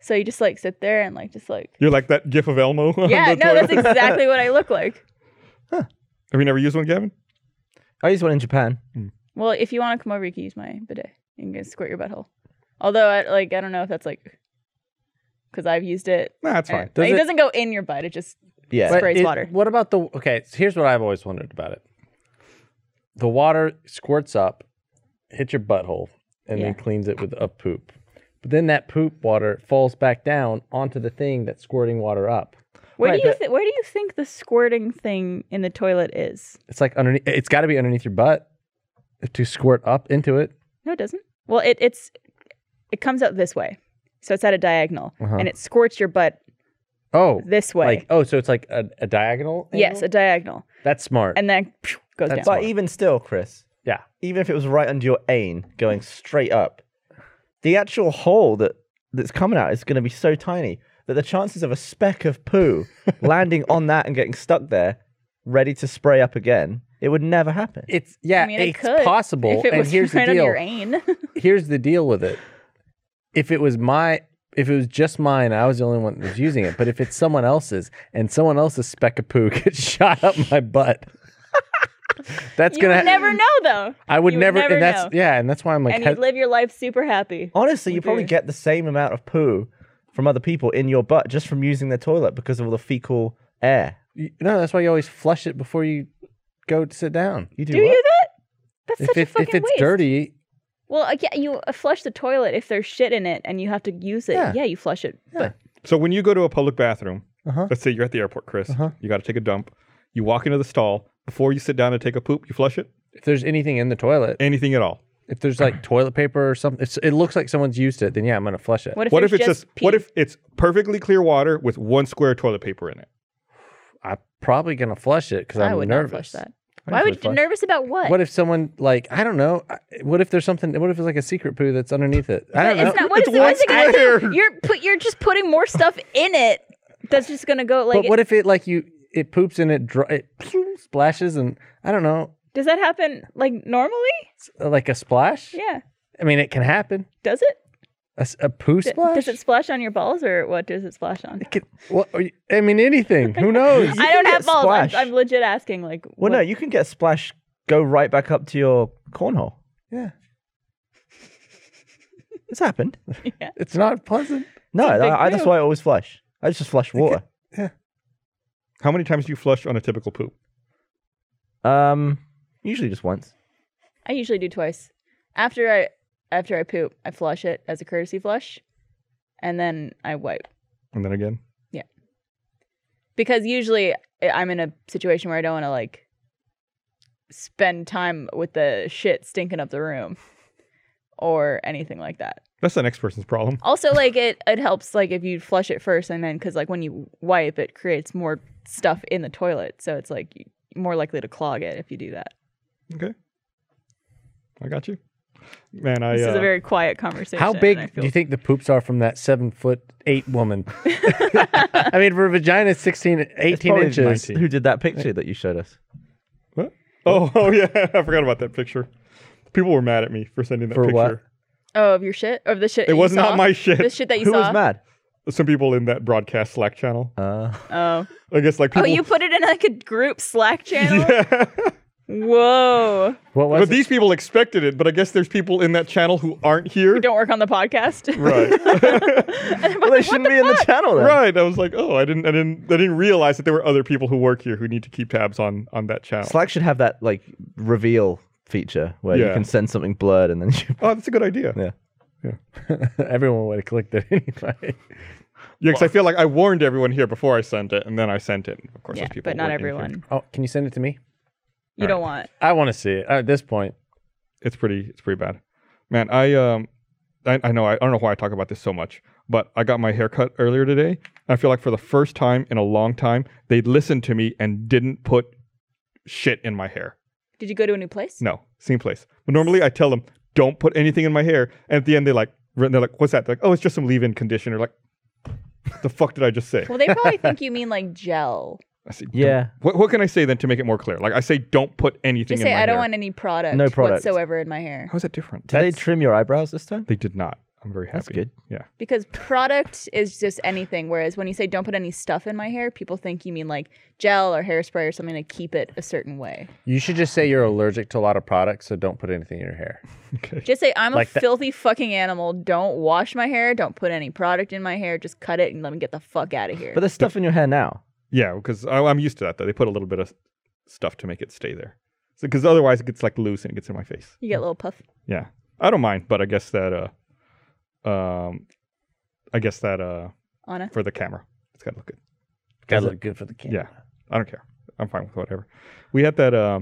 so you just like sit there and like just like
You're like that GIF of Elmo. <laughs> on
yeah.
the
No, that's
toilet.
exactly what I look like.
Have you never used one, Gavin?
I used one in Japan.
Well, if you want to come over, you can use my bidet. You can squirt your butthole. Although, I, like, I don't know if that's like because I've used it.
Nah, that's
and-
fine.
Does
like, it,
it-
doesn't go in your butt. It just
Yeah.
Sprays water.
What about the okay? so here's what I've always wondered about it: the water squirts up, hits your butthole, and then
Yeah.
cleans it with a poop. But then that poop water falls back down onto the thing that's squirting water up.
where
Right,
do you
but-
th- where do you think the squirting thing in the toilet is?
It's like underneath. It's got to be underneath your butt to squirt up into it.
No, it doesn't. Well, it it's it comes out this way, so it's at a diagonal, and it squirts your butt
Oh,
this way.
like oh, so it's like a, a diagonal.
yes,
angle?
a diagonal,
that's smart.
and then phew, goes
That's
down.
But even still, Chris,
yeah,
even if it was right under your ain, going straight up, the actual hole that that's coming out is going to be so tiny that the chances of a speck of poo landing on that and getting stuck there, ready to spray up again, it would never happen.
it's yeah,
I mean, it
it's
could
possible.
If it
and
was <laughs>
here's
right
the
on
deal.
your <laughs> ain.
here's the deal with it. If it was my, if it was just mine, I was the only one that was using it. But if it's someone else's and someone else's speck of poo <laughs> gets shot up my butt, that's
you
gonna.
would never know though.
I would
You
never,
never
and that's
know.
yeah, and that's why I'm like,
and
"How-
you'd live your life super happy.
Honestly, you probably
do.
get the same amount of poo from other people in your butt just from using their toilet because of all the fecal air.
you- no, that's why you always flush it before you go to sit down.
You do,
Do
what?
you that? That's
If
such a
it's
fucking
if it's
waste.
dirty,
Well, uh, yeah, you uh, flush the toilet if there's shit in it, and you have to use it. Yeah,
Yeah.
you flush it. But
So when you go to a public bathroom,
Uh-huh.
let's say you're at the airport, Chris, you got to take a dump. You walk into the stall before you sit down to take a poop. You flush it.
if there's anything in the toilet,
Anything at all.
if there's like toilet paper or something, it's, it looks like someone's used it. Then yeah, I'm gonna flush it.
what if
what
there's
if it's
just
just what
pee?
if it's perfectly clear water with one square of toilet paper in it?
I'm probably gonna flush it because
I
I'm
would
nervous.
not flush that.
Why would you nervous about what?
What if someone like I don't know? I- What if there's something? What if it's like a secret poo that's underneath it? I
But
don't know.
it's not. What
It's
is it? What's it
one
gonna
square.
do? You're put. You're just putting more stuff in it. That's just gonna go like.
but what if it like you? It poops and it dry, it <laughs> splashes and I don't know,
Does that happen like normally?
s- like a splash.
Yeah.
I mean, it can happen.
Does it?
A, s- a poo
D-
splash.
Does it splash on your balls or what does it splash on?
It can- what are you- I mean, anything. Who
<laughs>
knows?
I don't
get
have balls. I'm,
splash.
I'm legit asking. Like,
Well, no, you can get a splash, go right back up to your cornhole.
yeah,
<laughs> It's happened.
it's not pleasant.
No,
It's a big
I, I- that's
deal.
why I always flush. I just flush water.
How many times do you flush on a typical poop?
Um, usually just once.
I usually do twice. After I after I poop, I flush it as a courtesy flush, and then I wipe
And then again.
because usually I- I'm in a situation where I don't want to like spend time with the shit stinking up the room or anything like that.
That's the next person's problem.
Also, like it it helps like if you flush it first and then because like when you wipe, it creates more stuff in the toilet, so it's like you- more likely to clog it if you do that.
Okay. I got you. Man, I
This is
uh,
a very quiet conversation.
How
and I
big
feel
do you think the poops are from that seven foot
<laughs>
eight woman? I mean, for a vagina, 16,
It's
18
probably
inches.
Who did that picture that you showed us?
what? Oh, <laughs> oh yeah, I forgot about that picture. People were mad at me for sending that
For
picture.
what?
Oh, of your shit? Of the shit?
It
you
was
saw?
not my shit.
The shit that you
Who
saw.
was mad?
Some people in that broadcast Slack channel.
Uh,
Oh.
I guess like
Oh,
people.
you put it in like a
<laughs>
group Slack channel?
yeah.
Whoa.
What was
but
it?
these people expected it. But I guess there's people in that channel who aren't here.
Don't work on the podcast. <laughs>
right.
well, they shouldn't be in the channel then.
right. I was like, oh, I didn't, I didn't, I didn't realize that there were other people who work here who need to keep tabs on on that channel.
Slack should have that like reveal feature where you
Yeah.
can send something blurred and then you.
oh, that's a good idea.
Yeah.
<laughs> Everyone would have clicked it anyway.
Yeah, because I feel like I warned everyone here before I sent it, and then I sent it. Of course,
yeah,
there's people.
but not
working here.
everyone.
Oh, can you send it to me?
You don't want.
I want to see it at this point.
It's pretty. It's pretty bad, man. I um, I, I know. I, I don't know why I talk about this so much, but I got my hair cut earlier today. I feel like for the first time in a long time, they listened to me and didn't put shit in my hair.
Did you go to a new place?
No, same place. But normally I tell them don't put anything in my hair, and at the end they like they're like, "What's that?" They're like, "Oh, it's just some leave-in conditioner." Like, the fuck did I just say?
Well, they
<laughs>
probably think you mean like gel.
I say,
Yeah.
What, what can I say then to make it more clear? Like I say, don't put anything.
Just
in
say,
my
I don't
hair."
want any product,
No product.
whatsoever in my hair.
How is that different?
Did <laughs> they trim your eyebrows this time?
They did not. I'm very happy.
That's good.
Yeah. <laughs>
Because product is just anything. Whereas when you say don't put any stuff in my hair, people think you mean like gel or hairspray or something to keep it a certain way.
You should just say you're allergic to a lot of products, so don't put anything in your hair.
Okay.
Just say I'm
Like
a
that-
filthy fucking animal. Don't wash my hair. Don't put any product in my hair. Just cut it and let me get the fuck out of here.
But there's stuff in your hair now.
Yeah, because I- I'm used to that though. They put a little bit of stuff to make it stay there. Because otherwise it gets like loose and it gets in my face.
you get a little puff.
Yeah. I don't mind, but I guess that uh, um, I guess that uh,
Anna.
for the camera, it's gotta look good.
Gotta look good for the camera.
Yeah, I don't care. I'm fine with whatever. We had that. Uh,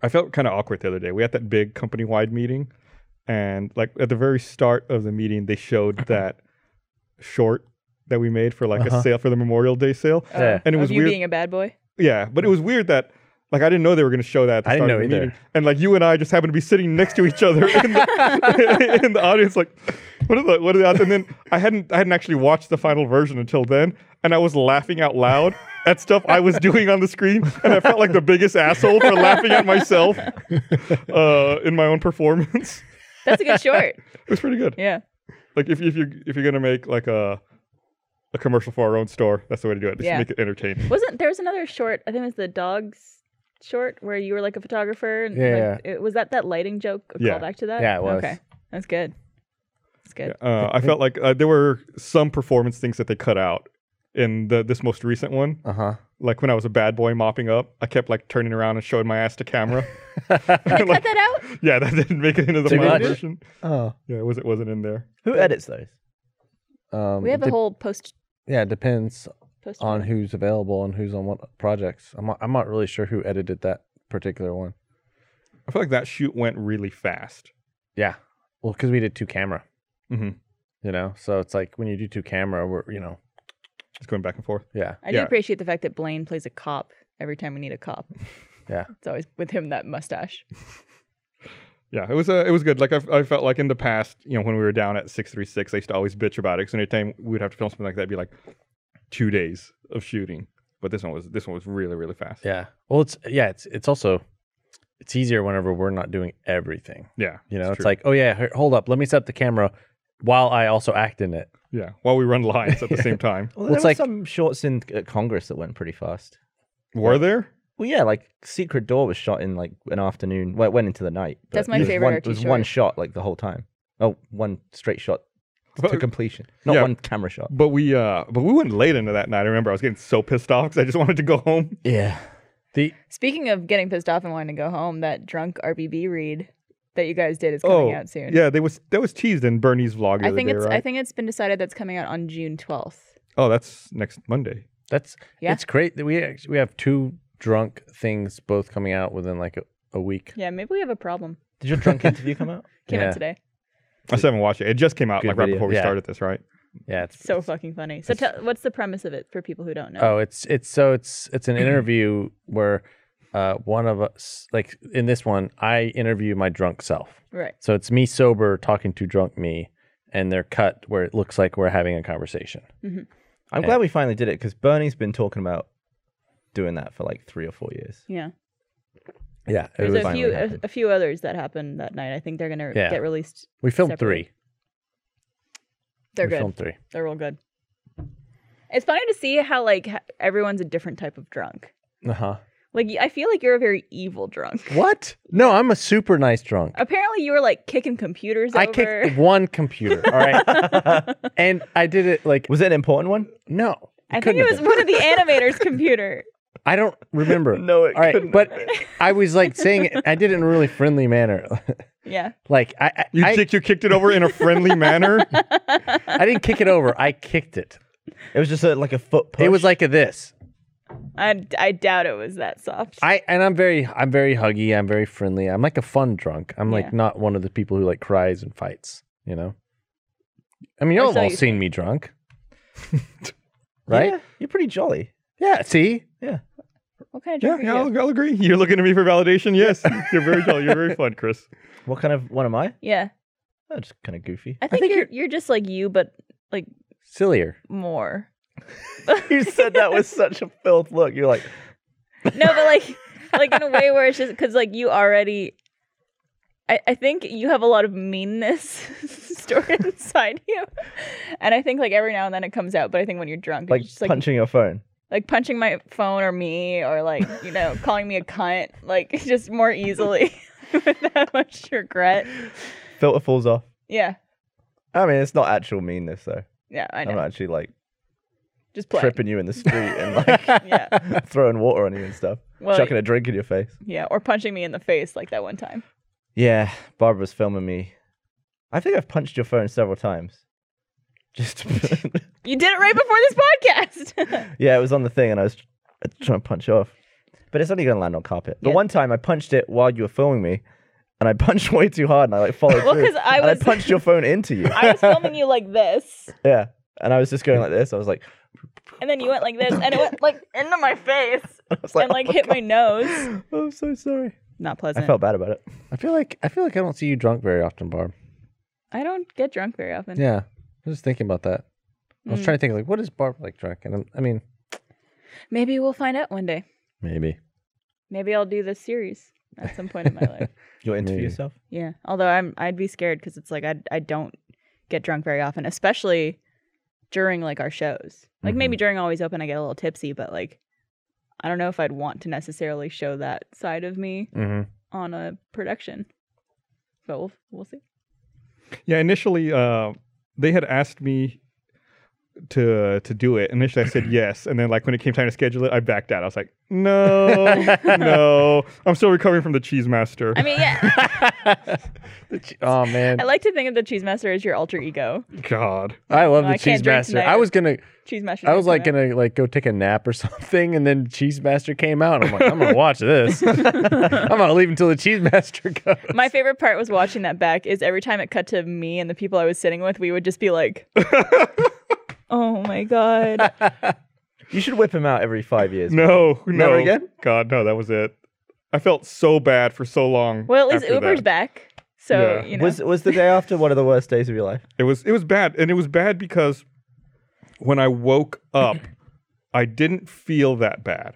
I felt kind of awkward the other day. We had that big company-wide meeting, and like at the very start of the meeting, they
<clears throat>
showed that short that we made for like a sale for the Memorial Day sale.
Yeah.
And it
Oh. Of
was
you
weird.
being a bad boy.
yeah, but it was weird that. Like I didn't know they were going to show that. At the
I didn't
start of
know
the
either.
Meeting. And like you and I just happened to be sitting next to each other in the, <laughs> in the audience. Like, what are the what are the? odds? And then I hadn't I hadn't actually watched the final version until then, and I was laughing out loud at stuff I was doing on the screen, and I felt like the biggest asshole for laughing at myself uh, in my own performance. <laughs>
That's a good
<laughs>
short.
It was pretty good.
Yeah.
Like if if you if you're gonna make like a a commercial for our own store, that's the way to do it. Just
Yeah.
make it entertaining.
Wasn't there was another short? I think it was the dogs short where you were like a photographer. And,
Yeah,
like, It, was that that lighting joke? A
Yeah.
callback to that?
Yeah, it was.
Okay, that's good. That's good.
Uh, I felt like uh, there were some performance things that they cut out in the this most recent one.
Uh huh.
Like when I was a bad boy mopping up, I kept like turning around and showing my ass to
<laughs>
camera. <laughs>
They cut
Like,
that out.
yeah, that didn't make it into the
Too
final
much?
version.
Oh.
Yeah, it was it wasn't in there.
Who edits those?
Um, Uh,
We have a
de-
whole post
Yeah, it depends
post.
on who's available and who's on what projects. I'm not, I'm not really sure who edited that particular one.
I feel like that shoot went really fast.
Yeah. Mm-hmm. Well, because we did two camera.
Mhm.
You know, so it's like when you do two camera, we're you know,
It's going back and forth.
yeah.
I do
yeah.
appreciate the fact that Blaine plays a cop every time we need a cop.
<laughs> Yeah.
It's always with him that mustache.
Yeah, it was uh, it was good. Like I, I felt like in the past, you know, when we were down at six three six, I used to always bitch about it. Because anytime we would have to film something like that, it'd be like two days of shooting. But this one was this one was really really fast.
Yeah. Well, it's yeah, it's it's also it's easier whenever we're not doing everything.
yeah
You know, it's,
true.
like, oh yeah, h- hold up, let me set up the camera while I also act in it.
yeah, while we run lines at the
<laughs>
same time.
Well,
Well,
there
it's
were
like-
some shorts in at Congress that went pretty fast.
Were there?
Well, yeah, like Secret Door was shot in like an afternoon. Well, it went into the night. but
That's my
it was
favorite
One, it
RT
was
short.
one shot like the whole time. Oh, one straight shot to <laughs>
But-
completion, not
yeah.
one camera shot.
But we uh but we went late into that night. I remember I was getting so pissed off because I just <laughs> wanted to go home.
Yeah.
The
Speaking of getting pissed off and wanting to go home, that drunk RBB read that you guys did is
Oh,
coming out soon.
Oh, yeah, they was that was teased in Bernie's vlog. The
I
other
think
day,
it's I
right?
think it's been decided that's coming out on June 12th.
Oh, that's next Monday.
that's
Yeah.
it's great that we act- we have two drunk things both coming out within like a, a week.
Yeah, maybe we have a problem.
Did your drunk interview come out?
Came
Yeah.
out today.
I still haven't watched it. It just came out
Good
like right
video.
before we
Yeah.
started this, right?
Yeah, it's
So fucking funny. So tell what's the premise of it for people who don't know?
Oh, it's it's so it's it's an interview where uh one of us like in this one I interview my drunk self.
Right.
So it's me sober talking to drunk me and they're cut where it looks like we're having a conversation.
<laughs> I'm glad we finally did it because Bernie's been talking about doing that for like three or four years.
Yeah.
Yeah. it
There's
was-
a
finally
few a,
happened.
a few others that happened that night. I think they're going to
Yeah.
get released.
we filmed
separate.
3.
They're
we
good.
filmed 3.
They're real good. It's funny to see how like h- everyone's a different type of drunk.
Uh-huh.
Like y- I feel like you're a very evil drunk.
What? No, I'm a super nice drunk.
Apparently you were like kicking computers
I
over.
kicked one computer, all right?
<laughs>
and I did it like
Was it an important one?
no.
I think
<laughs>
it
couldn't have
was
been.
one of the animators' computer.
I don't remember.
<laughs> No, it
All right,
couldn't
but I was like saying it, I did it in a really friendly manner. <laughs>
Yeah.
like I I,
You
I,
kicked you kicked it over in a
<laughs>
friendly manner.
I didn't kick it over. I kicked it.
It was just a, like a foot push.
It was like a this.
I, I doubt it was that soft.
I and I'm very I'm very huggy. I'm very friendly. I'm like a fun drunk. I'm
Yeah.
like not one of the people who like cries and fights. You know. I mean,
Or
y'all have
so
all
you
seen me drunk,
right.
right?
You're pretty jolly.
Yeah. See,
what kind of
yeah,
drunk
yeah
are you?
I'll, I'll agree. You're looking at me for validation.
<laughs>
Yes, you're very tall. You're very fun, Chris.
What kind of one am I?
Yeah.
Oh, just kind of <laughs> goofy.
I think, you're, you're just like you, but like
sillier.
more.
you said that with such a filth look. <laughs> You're like,
No, but like like in a way where it's just because like you already. I, I think you have a lot of meanness <laughs> stored inside you, and I think like every now and then it comes out. But I think when you're drunk,
like
it's just, like
punching your phone.
like punching my phone or me or like you know calling me a cunt like <laughs> just more easily <laughs> without much regret.
Filter falls off.
Yeah,
I mean, it's not actual meanness though.
yeah, I know.
I'm actually like
just play.
tripping you in the street and like
Yeah,
<laughs> throwing water on you and stuff,
Well,
chucking a drink in your face.
yeah, or punching me in the face like that one time.
Yeah, Barbara's filming me. I think I've punched your phone several times. Just <laughs>
You did it right before this <laughs> podcast.
yeah, it was on the thing, and I was trying to punch off, but it's only gonna land on carpet. The
Yeah.
one time I punched it while you were filming me, and I <laughs> punched way too hard, and I like <laughs> followed
Well,
through,
'cause I
and
was-
I punched your phone into <laughs> you.
I was filming you like this,
yeah, and I was just going like this. I was like,
and then you went like this, and it went like into my face
<laughs> I was like,
and like
"Oh
hit my
<gasps>
nose.
God, Oh, I'm so sorry.
Not
I
pleasant.
felt bad about it.
I feel like I feel like I don't see you drunk very often, Barb.
I don't get drunk very often.
Yeah. I was just thinking about that. I was trying
Mm.
to think like, what is Barb like drunk? And I'm, I mean,
Maybe we'll find out one day.
Maybe
Maybe I'll do this series at some point in
<laughs>
my life.
you'll interview
Maybe.
yourself.
Yeah. Although I'm I'd be scared cuz it's like I I don't get drunk very often, especially during like our shows. Like maybe
Mm-hmm.
during always open I get a little tipsy, but like I don't know if I'd want to necessarily show that side of me
mm-hmm.
on a production. But we'll we'll see.
Yeah, initially uh, they had asked me to to do it. Initially, I said
<clears throat>
yes, and then like when it came time to schedule it, I backed out. I was like, no,
<laughs>
no, I'm still recovering from the cheese master.
I mean, yeah. <laughs>
oh
<laughs>
man,
I like to think of the cheese master as your alter ego.
God,
I love
No,
the
Oh, I can't
cheese
drink
master.
tonight.
I was gonna.
Cheese master.
I was like
Master.
gonna like go take a nap or <laughs> something, and then Cheese Master came out. And I'm like, I'm gonna
<laughs>
watch this. <laughs> I'm gonna leave until the Cheese Master <laughs> goes.
my favorite part was watching that back is every time it cut to me and the people I was sitting with, we would just
<laughs>
be like, "Oh my god."
You should whip him out every five years.
no, no,
Never again?
God, no, that was it. I felt so bad for so long.
Well, at least
after
Uber's
that.
back. So
Yeah.
you know,
Was was the day after one of the worst days of your life?
It was it was bad, and it was bad because when I woke
<laughs>
up, I didn't feel that bad,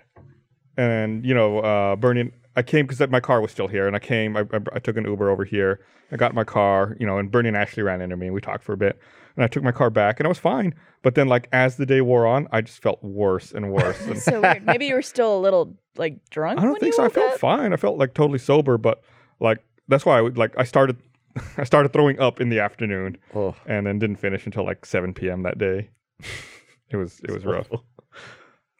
and you know, uh, Bernie. I came because my car was still here, and I came. I, I, I took an Uber over here. I got in my car, you know, and Bernie and Ashley ran into me, and we talked for a bit. And I took my car back, and I was fine. But then, like as the day wore on, I just felt worse and worse. and
<laughs> so weird. Maybe you were still a little like drunk.
I don't
when
think
you
so. I
woke
felt
up?
fine. I felt like totally sober, but like that's why I would like I started <laughs> I started throwing up in the afternoon
Oh.
and then didn't finish until like 7 p.m. that day. it was it was rough.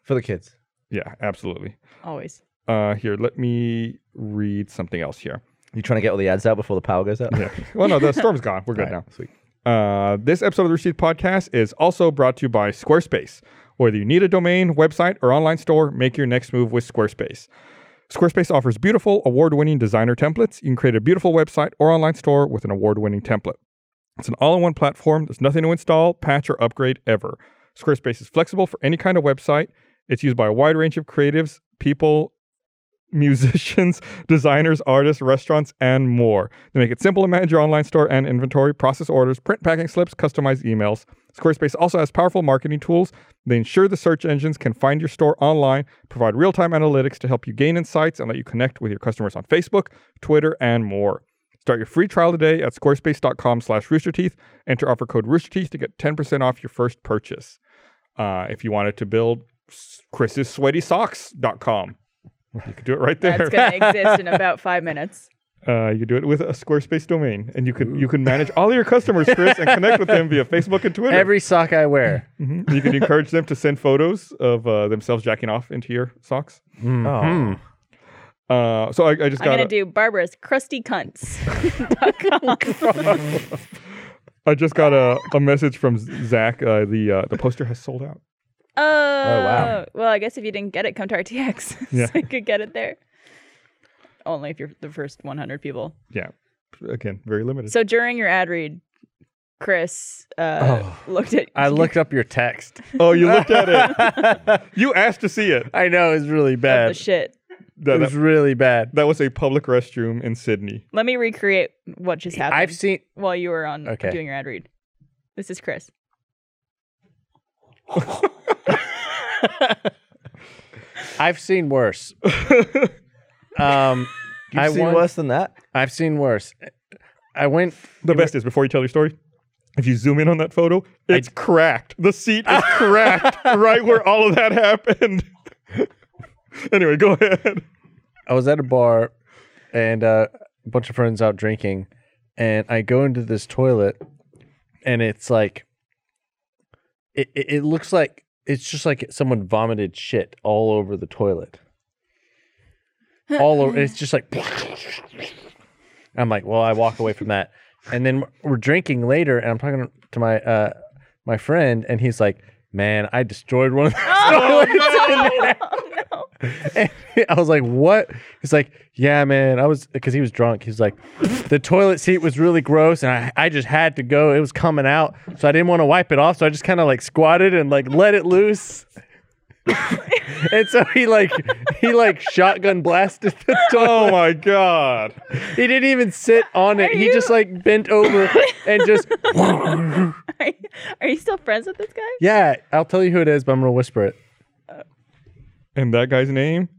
For the kids.
Yeah, absolutely.
always.
Uh here, let me read something else here.
You trying to get all the ads out before the power goes out? <laughs>
Yeah. <laughs> well, no, the storm's gone. We're good now. Sweet. Uh, this episode of the Receipt Podcast is also brought to you by Squarespace. Whether you need a domain, website, or online store, make your next move with Squarespace. Squarespace offers beautiful, award winning designer templates. You can create a beautiful website or online store with an award winning template. It's an all in one platform. There's nothing to install, patch, or upgrade ever. Squarespace is flexible for any kind of website. It's used by a wide range of creatives, people, musicians, <laughs> designers, artists, restaurants, and more. They make it simple to manage your online store and inventory, process orders, print packing slips, customize emails. Squarespace also has powerful marketing tools. They ensure the search engines can find your store online, provide real time analytics to help you gain insights, and let you connect with your customers on Facebook, Twitter, and more. Start your free trial today at squarespace.com slash roosterteeth. Enter offer code roosterteeth to get 10% off your first purchase. Uh, if you wanted to build s- Chris's sweaty socks.com, you could do it <laughs> right there.
That's gonna exist in about five minutes.
Uh, you could do it with a Squarespace domain, and you could you can manage all of your customers, Chris, and connect with them
<laughs>
via Facebook and Twitter.
Every sock I wear.
Mhm. You can encourage them to send photos of uh, themselves jacking off into your socks.
Hmm.
Oh.
Uh, so I, I just
I'm
got
gonna
a,
do Barbara's
<laughs>
crusty cunts.
I just got a, a message from Zach. Uh, the uh, the poster has sold out.
Oh,
wow.
Well, I guess if you didn't get it, come to <laughs> RTX.
Yeah.
so you could get it there. Only if you're the first 100 people.
Yeah, again, very limited.
So during your ad read, Chris uh, looked at. <laughs>
I looked up your text.
oh, you looked at it. you asked to see it.
I know it's really
at the
bad.
shit.
That,
it was
that,
really bad.
that was a public restroom in Sydney.
Let me recreate what just happened
I've seen.
while you were on
Okay.
doing your ad read. This is Chris. <laughs>
I've
<laughs>
seen worse. um,
You've
I
seen
want-
worse than that?
I've seen worse. I went.
The best is before you tell your story. If you zoom in on that photo, it's cracked. The seat
<laughs>
is cracked right where all of that happened. <laughs> anyway, go ahead.
I was at a bar, and uh, a bunch of friends out drinking, and I go into this toilet, and it's like. It it, it looks like it's just like someone vomited shit all over the toilet. All over. It's just like. <laughs> I'm like, well, I walk away from that, and then we're drinking later, and I'm talking to my uh, my friend, and he's like, "Man, I destroyed one of those toilets in there." <laughs> And I was like, "What?" He's like, "Yeah, man, I was because he was drunk. He's like, the toilet seat was really gross, and I, I just had to go. It was coming out, so I didn't want to wipe it off. So I just kind of like squatted and like let it loose." <laughs> and so he like he like shotgun blasted the toilet.
Oh my god.
He didn't even sit on it. he just like bent over and just <laughs>
Are you, are you still friends with this guy?
yeah. I'll tell you who it is, but I'm gonna whisper it.
And that guy's name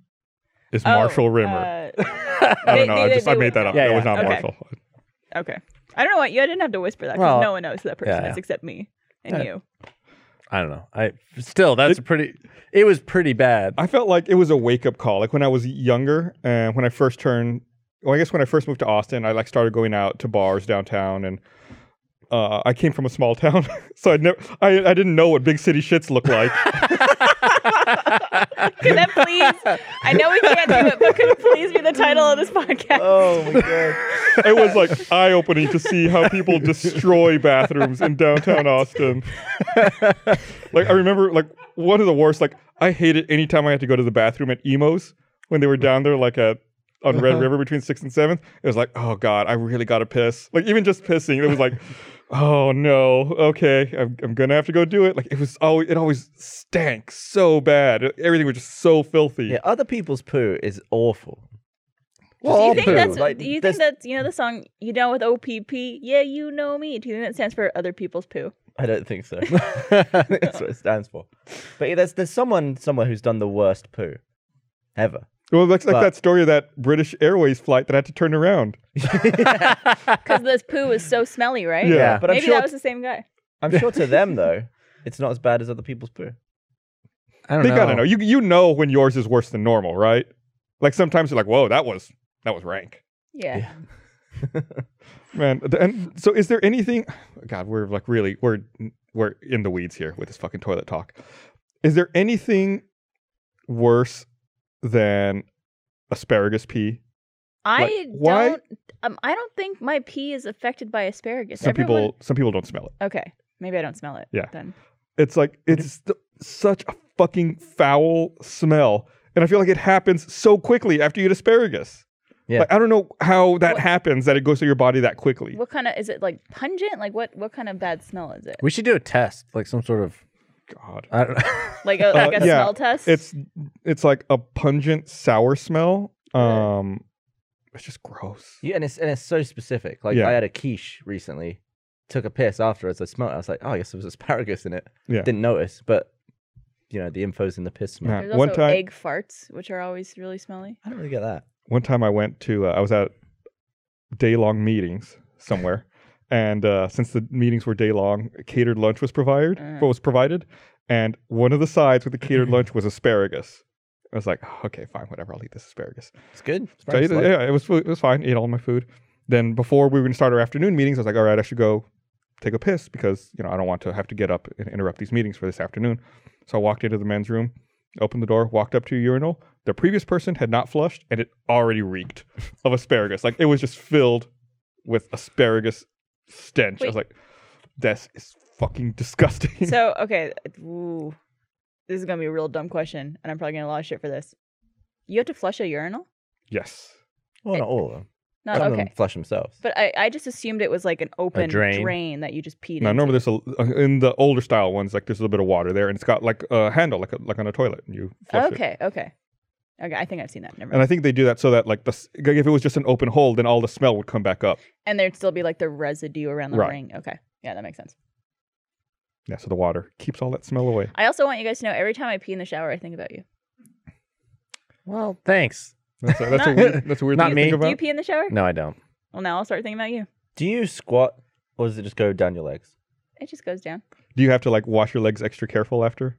is Marshall Rimmer.
Oh, Uh,
<laughs> I don't
they-
know.
they-
I just
they
I
would
made that
know.
up.
Yeah,
that
yeah.
was not
Okay.
Marshall.
<laughs> Okay. I don't know what you. I didn't have to whisper that because
Well,
no one knows who that person
yeah.
is except me and you.
I don't know. I still that's pretty. It was pretty bad. <laughs>
I felt like it was a wake up call. Like when I was younger, and when I first turned, well, I guess when I first moved to Austin, I like started going out to bars downtown, and uh, I came from a small <laughs> town, so I never, I, I didn't know what big city shits look like.
Could that please? I know we can't do it, but could it please be the
<laughs>
title of this podcast?
Oh my <laughs> god.
it was like eye opening to see how people destroy bathrooms in downtown Austin. like I remember like one of the worst, like I hated any time I had to go to the bathroom at Emos when they were down there like at on Red River between sixth and seventh. It was like, oh God, I really gotta piss. Like even just pissing, it was like Oh no! Okay, I'm, I'm gonna have to go do it. Like it was always, it always stank so bad. Everything was just so filthy.
Yeah, other people's poo is awful.
do you
Well,
think
poo.
that's
Like,
do you
this-
think that's you know the song you down with OPP? Yeah, you know me. Do you think that stands for other people's poo?
I don't think so. <laughs> I think that's what it stands for. But yeah, there's there's someone somewhere who's done the worst poo ever.
Well, that's like
But-
that story of that British Airways flight that had to turn around.
Because this poo is so smelly, right?
Yeah.
But I'm
Maybe
sure
that was the same guy.
I'm sure to them though, it's not as bad as other people's poo.
I don't
They
know.
gotta know. You you know when yours is worse than normal, right? Like sometimes you're like, whoa, that was that was rank.
Yeah.
Man, th- and so is there anything? <sighs> God, we're like really we're we're in the weeds here with this fucking toilet talk. Is there anything worse than asparagus pee?
I
Like,
don't.
why-
Um, I don't think my pee is affected by asparagus.
Some
Everyone-
people some people don't smell it.
Okay, maybe I don't smell it.
Yeah.
Then
It's like it's th- such a fucking foul smell, and I feel like it happens so quickly after you eat asparagus.
Yeah.
Like, I don't know how that
What-
happens that it goes through your body that quickly.
what kind of is it like pungent? Like what what kind of bad smell is it?
We should do a test, like some sort of.
God.
I don't <laughs>
Like a, like a
Uh, yeah,
smell test?
It's it's like a pungent sour smell. Um, it's just gross.
Yeah, and it's and it's so specific. Like
Yeah.
I had a quiche recently, took a piss afterwards. I smelled. it. I was like, oh, I guess there was asparagus in it.
Yeah.
Didn't notice, but you know the info's in the piss smell.
Yeah.
There's
one
also
time-
egg farts, which are always really smelly.
I don't really get that.
One time I went to uh, I was at day long meetings somewhere, and uh, since the meetings were day long, catered lunch was provided.
Mm.
What was provided, and one of the sides with the catered lunch was asparagus. I was like, "Oh, okay, fine, whatever. I'll eat this asparagus.
It's good. It's
So I ate it, yeah, it was it was fine. Ate all my food. Then before we were gonna start our afternoon meetings, I was like, all right, I should go take a piss because you know I don't want to have to get up and interrupt these meetings for this afternoon. So I walked into the men's room, opened the door, walked up to a urinal. The previous person had not flushed, and it already
<laughs>
reeked of asparagus. Like it was just filled with asparagus stench. I was like, this is fucking <laughs> disgusting.
so okay, ooh, this is gonna be a real dumb question, and I'm probably gonna get a lot of shit for this. You have to flush a urinal?
yes.
Well, not all of them.
No,
Some of them
Oh, okay.
flush themselves.
But I, I just assumed it was like an open
drain.
that you just peed
Now
into.
normally there's a uh, in the older style ones like there's a little bit of water there, and it's got like a handle like a, like on a toilet, and you flush it.
okay, okay, okay. I think I've seen that. Never
And
mind.
I think they do that so that like the s- like, if it was just an open hole, then all the smell would come back up.
And there'd still be like the residue around the
Right.
ring. Okay, yeah, that makes sense.
Yeah, so the water keeps all that smell away.
I also want you guys to know every time I pee in the shower, I think about you.
well, thanks.
That's a, that's a
Not-
weird, that's a weird
Not
thing to
me.
think
Do you
about.
pee in the shower?
No, I don't.
Well, now I'll start thinking about you.
Do you squat or does it just go down your legs?
It just goes down.
Do you have to like wash your legs extra careful after?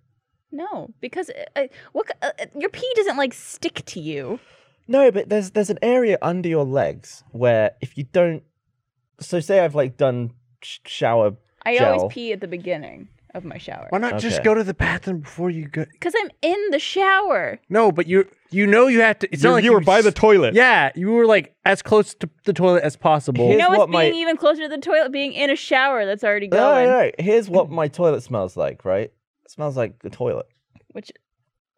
No, because uh, uh, what c- uh, uh, your pee doesn't like stick to you.
No, but there's there's an area under your legs where if you don't, so say I've like done sh- shower.
I
Gel.
always pee at the beginning of my shower
Why not just
Okay.
go to the bathroom before you go?
because I'm in the shower.
No, but you you know you have to. It's
You,
not like
you were by the
s-
toilet.
yeah, you were like as close to the toilet as possible.
You
Here's
know, it's
what
being
my-
even closer to the toilet, being in a shower that's already
No,
going.
no, no. Here's
<clears throat>
what my toilet smells like. Right, it smells like the toilet.
Which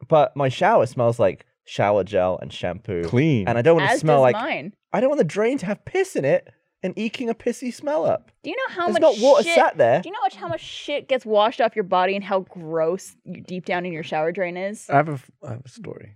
But my shower smells like shower gel and shampoo.
Clean.
And I don't want to
as
smell
does
like
mine.
I don't want the drain to have piss in it and eking a pissy smell up.
Do you know how
There's
much
not water
shit,
sat there.
Do you know much, how much shit gets washed off your body and how gross you, deep down in your shower drain is?
Uh,
I have a f- I have a story.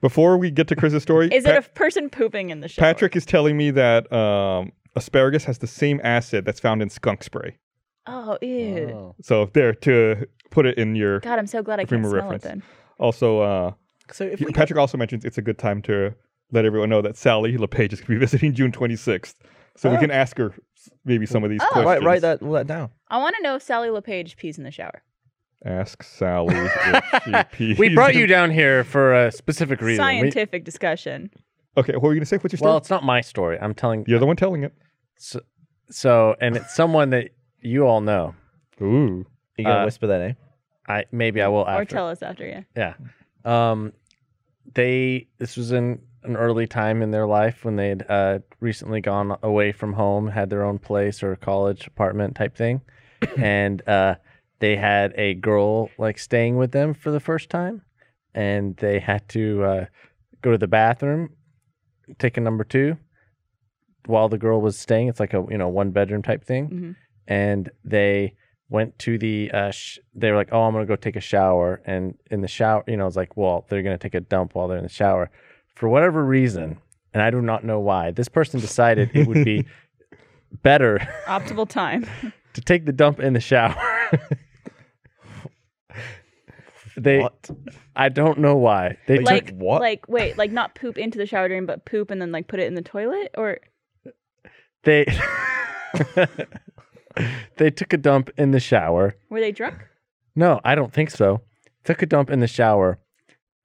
Before we get to Chris's story,
<laughs> Is
Pa-
it a person pooping in the shower?
Patrick is telling me that um, asparagus has the same acid that's found in skunk spray.
Oh, ew.
Ah.
So there to put it in your.
God, I'm so glad I
Frame
can't
of
smell
reference.
it then.
Also, uh,
So if
he-
we
Patrick also mentions it's a good time to let everyone know that Sally LePage is going to be <laughs> visiting June 26th. So we
Oh.
can ask her s- maybe some of these
Oh.
questions.
write, write that all that down.
I want to know if Sally LePage pees in the shower.
Ask Sally if she pees.
We brought you down here for a specific reason. We-
Scientific discussion.
Okay, what were you gonna say? What's your story?
well, it's not my story. I'm telling
You're the one telling it.
So, and it's someone that you all know.
Ooh.
Are you gonna
Uh,
whisper their name?
I maybe I will after.
Or tell us after, yeah.
Yeah. Um, they this was in an early time in their life when they'd uh, recently gone away from home, had their own place or college apartment type
<coughs>
thing, and uh, they had a girl like staying with them for the first time, and they had to uh, go to the bathroom, take a number two, while the girl was staying. It's like a you know one bedroom type thing,
Mhm.
and they went to the uh sh- they were like oh i'm gonna go take a shower and in the shower you know it's like well they're gonna take a dump while they're in the shower for whatever reason and I do not know why. This person decided it would be better <laughs>
<laughs>
Optimal time.
to take the dump in the shower. <laughs> they, I don't know why they took
like
what?
Like wait, like not poop into the shower drain, but poop and then like put it in the toilet or
they <laughs> they took a dump in the shower.
were they drunk?
No, I don't think so. Took a dump in the shower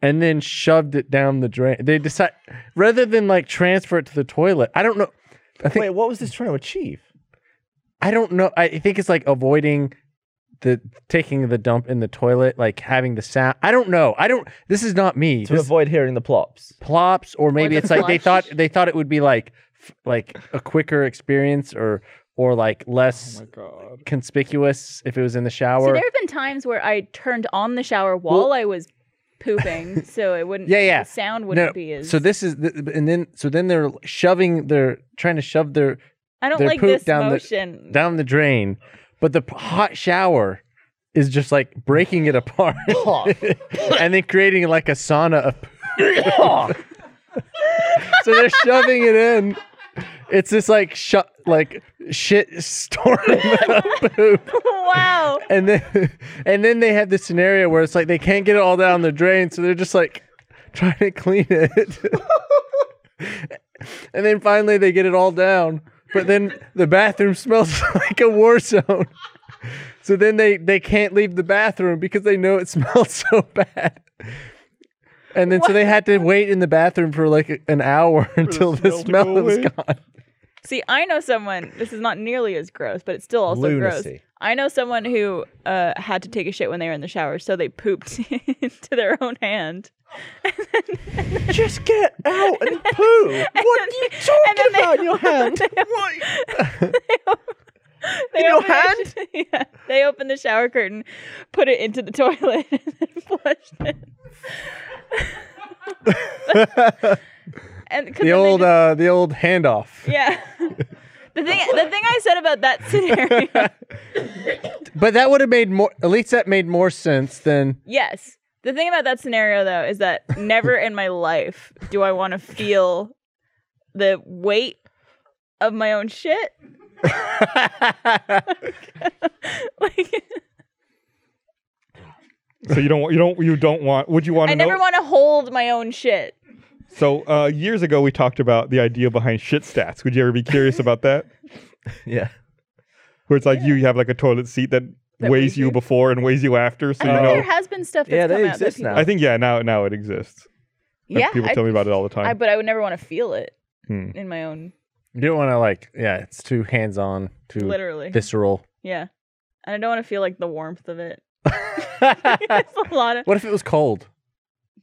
and then shoved it down the drain. They decide rather than like transfer it to the toilet. I don't know. I think
Wait, what was this trying to achieve?
I don't know. I think it's like avoiding the taking the dump in the toilet, like having the sound. I don't know. I don't. This is not me.
To
This
avoid hearing the plops.
plops, or maybe
the
it's like they
flush.
thought they thought it would be like f- like a quicker experience, or or like less
God.
conspicuous if it was in the shower.
so there have been times where I turned on the shower while I was pooping, so it wouldn't.
Yeah, yeah.
The sound wouldn't
No,
be as.
So this is, th- and then so then they're shoving, they're trying to shove their
I don't
their
like
poop
this
down the-
motion.
down the drain, but the p- hot shower is just like breaking it apart, and then creating like a sauna of. <laughs> so they're shoving it in. It's this like sho- like shit storm of poop.
<laughs> wow.
and then <laughs> and then they have this scenario where it's like they can't get it all down the drain, so they're just like trying to clean it. <laughs> and then finally they get it all down, but then the bathroom smells <laughs> like a war zone. So then they they can't leave the bathroom because they know it <laughs> smells so bad. And then so they had to wait in the bathroom for like a- an hour <laughs> until the
smell to
smell,
go
was
away.
gone.
See, I know someone. This is not nearly as gross, but it's still also gross.
Lunacy.
I know someone who uh, had to take a shit when they were in the shower, so they pooped <laughs> into their own hand.
Just get out and poo. What are you
<laughs> and then
talking
<laughs> they-
about in your hand? <laughs>
They
your
opened the sh- <laughs> yeah, they opened the shower curtain, put it into the toilet, <laughs> and then flushed it. <laughs> and 'cause
The
then they
old
just-
uh, the old
<laughs>
handoff.
yeah. The thing, the thing I said about that <laughs> scenario,
But that would have made more. At least that made more sense than
yes. The thing about that scenario though is that never in my life do I want to feel the weight of my own shit. <laughs> like,
So you don't want you don't you don't want would you want
I
to know?
never want to hold my own shit.
so uh, years ago we talked about the idea behind shit stats. Would you ever be curious about that?
<laughs> Yeah.
Where it's like you, you have like a toilet seat that, weighs
That weighs
you
you? Oh.
before and weighs you after. So
I think
you know.
there has been stuff that's
Yeah, they
come out that
exist
people-
now.
I think yeah. Now now it exists. And
Yeah,
People
I-
tell me about it all the time.
I, but I would never want to feel it
Hmm.
in my own,
<laughs> you don't want to like. Yeah, it's too hands on, too
literally.
visceral. <laughs>
Yeah, and I don't want to feel like the warmth
<laughs>
of it. <laughs> it's a lot of.
What if it was cold?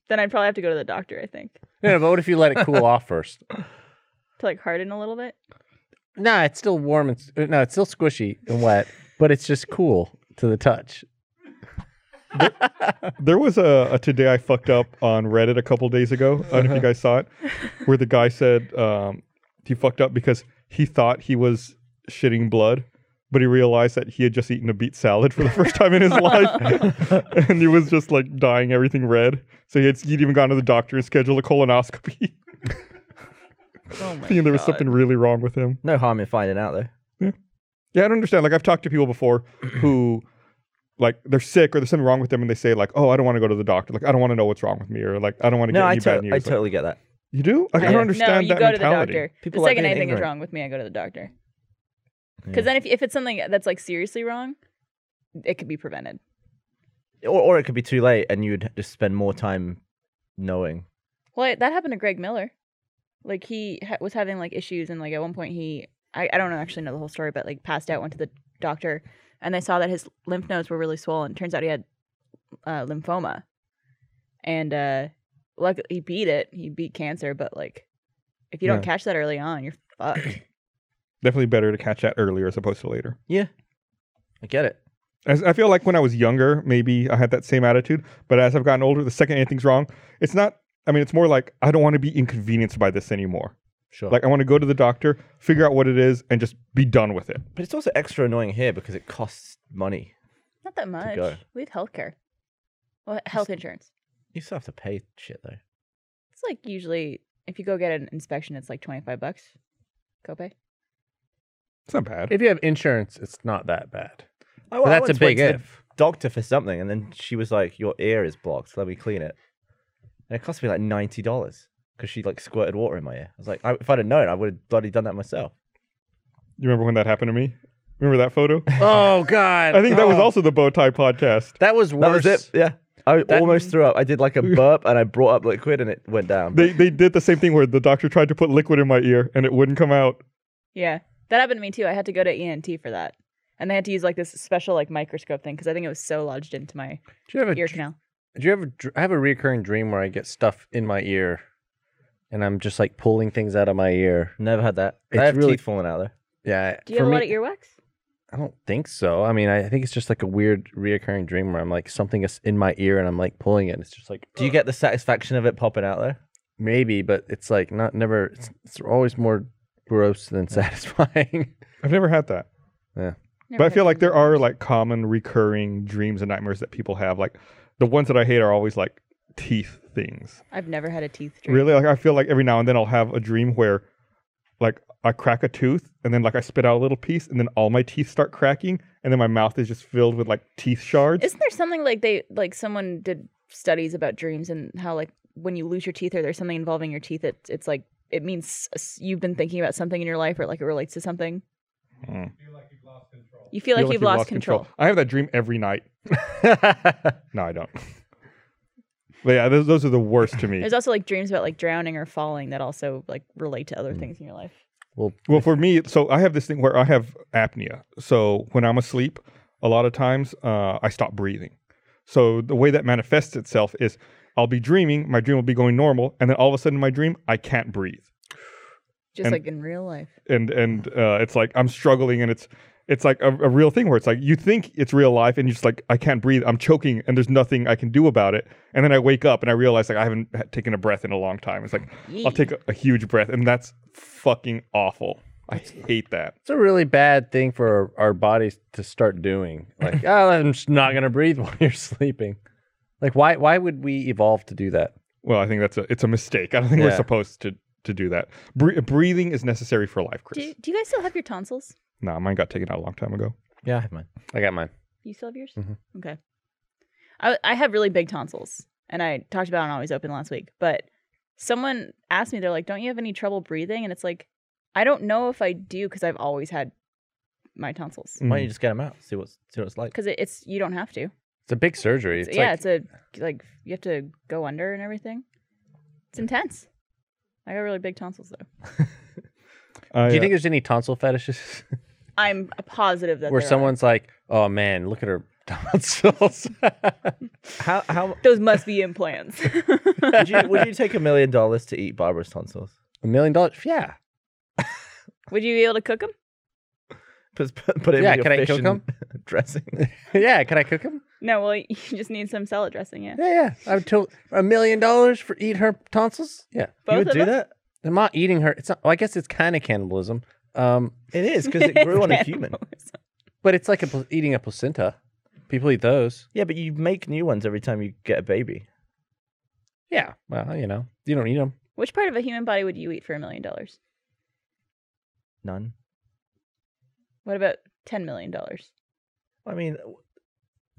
Then I'd probably have to go to the doctor. I think
No, but what if you let it cool off first?
to like harden a little bit.
Nah, it's still warm and s- uh, no, it's still squishy and wet, but it's just cool to the touch.
There was a, a today I fucked up on Reddit a couple days ago. I
Uh-huh.
don't know if you guys saw it, where the guy said um, he fucked up because he thought he was shitting blood, but he realized that he had just eaten a beet salad for the first time in his life,
<laughs>
and he was just like dyeing everything red. So he had, he'd even gone to the doctor and scheduled a colonoscopy, <laughs>
Oh my
and there was something really wrong with him.
No harm in finding out though.
Yeah, I don't understand. Like I've talked to people before who like they're sick or there's something wrong with them and they say like, "Oh, I don't want to go to the doctor. Like I don't want to know what's wrong with me or like I don't want to
No,
get
I,
any bad
to-
news."
I
Like,
totally get that.
you do? Like, I, don't understand
No,
that
you go
mentality.
to the doctor.
People
the
like
second
being
anything is
ignorant.
wrong with me, I go to the doctor. Because then, if, if it's something that's like seriously wrong, it could be prevented.
Or, or it could be too late, and you'd just spend more time knowing.
Well, that happened to Greg Miller. Like he ha- was having like issues, and like at one point he, I, I don't know, actually know the whole story, but like passed out, went to the doctor, and they saw that his lymph nodes were really swollen. Turns out he had uh, lymphoma, and uh, luckily he beat it. He beat cancer, but like if you don't
Yeah.
catch that early on, you're fucked.
Definitely better to catch that earlier as opposed to later.
Yeah, I get it.
As, I feel like when I was younger, maybe I had that same attitude, but as I've gotten older, the second anything's wrong, it's not I mean, it's more like I don't want to be inconvenienced by this anymore.
Sure.
Like I want to go to the doctor, figure out what it is and just be done with it.
But it's also extra annoying here because it costs money.
Not that much.
go.
We have healthcare. Well, health insurance.
You still have to pay shit though.
It's like usually if you go get an inspection, it's like twenty five bucks copay.
It's not bad.
If you have insurance, it's not that bad.
I, I
that's a
once went
big
to the
if.
Doctor for something, and then she was like, "Your ear is blocked. Let me clean it." And it cost me like ninety dollars because she like squirted water in my ear. I was like, I, if I'd have known, I would have bloody done that myself.
You remember when that happened to me? Remember that photo?
Oh God!
I think that was
Oh.
also the bow tie podcast.
that was
That
worse.
was it. Yeah, I almost threw up. I did <laughs> like a burp, and I brought up liquid, and it went down.
They they did the same thing where the doctor tried to put liquid in my ear and it wouldn't come out.
Yeah, that happened to me too. I had to go to ENT for that, and they had to use like this special like microscope thing because I think it was so lodged into my
Do you have a
ear canal.
Do you ever? dr- I have a reoccurring dream where I get stuff in my ear, and I'm just like pulling things out of my ear.
Never had that.
It's
I have
really-
teeth falling out there.
Yeah.
Do you
for
have a lot
me-
of earwax?
I don't think so. I mean, I think it's just like a weird reoccurring dream where I'm like something is in my ear and I'm like pulling it. And it's just like
Do you get the satisfaction of it popping out there?
maybe, but it's like not never. It's, it's always more gross than <laughs> satisfying.
I've never had that.
Never
But I
had
feel
that.
like there are like common recurring dreams and nightmares that people have. Like the ones that I hate are always like teeth things.
I've never had a teeth dream.
Really, like I feel like every now and then I'll have a dream where like I crack a tooth and then like I spit out a little piece and then all my teeth start cracking and then my mouth is just filled with like teeth shards.
Isn't there something like they like someone did studies about dreams and how like when you lose your teeth or there's something involving your teeth, it, it's like it means s- you've been thinking about something in your life or like it relates to something.
Mm.
You feel like
Feel
you've lost, control.
I have that dream every
<laughs>
night. no, I don't. <laughs> But yeah, those, those are the worst
<laughs>
to me.
There's also like dreams about like drowning or falling that also like relate to other things in your life.
Well, for me, so I have this thing where I have apnea. So when I'm asleep, a lot of times uh, I stop breathing. So the way that manifests itself is I'll be dreaming, my dream will be going normal, and then all of a sudden in my dream I can't breathe,
Just
And-
like in real life.
and and uh, it's like I'm struggling, and it's it's like a, a real thing where it's like you think it's real life, and you're just like I can't breathe, I'm choking, and there's nothing I can do about it, and then I wake up and I realize like I haven't had- taken a breath in a long time. It's like I'll take a, a huge breath, and that's fucking awful. I hate that.
It's a really bad thing for our, our bodies to start doing. Like, <laughs> oh, I'm just not gonna breathe <laughs> while you're sleeping. Like, why? Why would we evolve to do that?
Well, I think that's a it's a mistake. I don't think we're
Yeah.
supposed to to do that. Bre- breathing is necessary for life, Chris.
Do, do you guys still have your tonsils?
nah, mine got taken out a long time ago.
Yeah, I have mine.
I got mine.
You still have yours?
Mhm.
Okay. I I have really big tonsils, and I talked about it on Always Open last week. But someone asked me, they're like, "Don't you have any trouble breathing?" And it's like, I don't know if I do because I've always had my
Mm.
tonsils
Why don't
Mm.
you just get them out? See what's see what it's like.
because it, it's you don't have to.
It's a big surgery. It's
yeah,
like,
it's a like you have to go under and everything. It's intense. I got really big tonsils though.
I,
do you
uh,
think there's any tonsil fetishes
I'm positive <laughs> that
where
there are.
someone's like, oh man, look at her <laughs> tonsils? <laughs>
How how
those must be implants. <laughs>
would you would you take a million dollars to eat Barbara's tonsils?
a million dollars? Yeah.
Would you be able to cook them?
Put put, put it
Yeah,
in your
can I
fish
cook
and <laughs> dressing.
yeah. Can I cook them?
No, well, <laughs> you just need some salad dressing, yeah.
Yeah, yeah. I would to a million dollars for eat her tonsils. Yeah.
you
Both
would
of
do
them?
that?
I'm not eating her. It's not. Well, I guess it's kind of cannibalism. Um,
It is because it grew
<laughs>
on a human.
but it's like a, pl- eating a placenta. People eat those.
Yeah, but you make new ones every time you get a baby.
Yeah. Well, you know, you don't eat them.
Which part of a human body would you eat for a million dollars?
None.
What about ten million dollars?
I mean, w-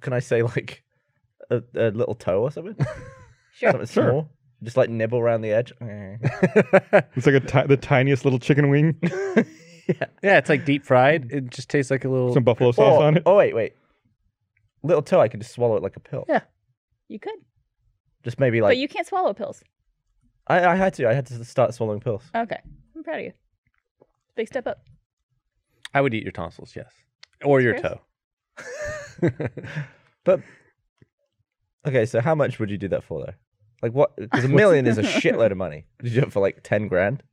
can I say like a, a little toe or something?
<laughs> Sure.
something small. Just like nibble around the edge.
it's like a ti- the tiniest little chicken wing, <laughs>
Yeah, it's like deep fried. It just tastes like a little.
some buffalo sauce
oh,
on it.
oh wait, wait. Little toe, I could just swallow it like a pill.
Yeah.
You could,
Just maybe
but
like
you can't swallow pills.
I, I had to. I had to start swallowing pills.
Okay, I'm proud of you. Big step up.
I would eat your tonsils, yes, or your
Chris?
toe.
<laughs> But okay, so how much would you do that for though? Like what? Because a million
<laughs>
is a shitload of money. Did you do it for like ten grand?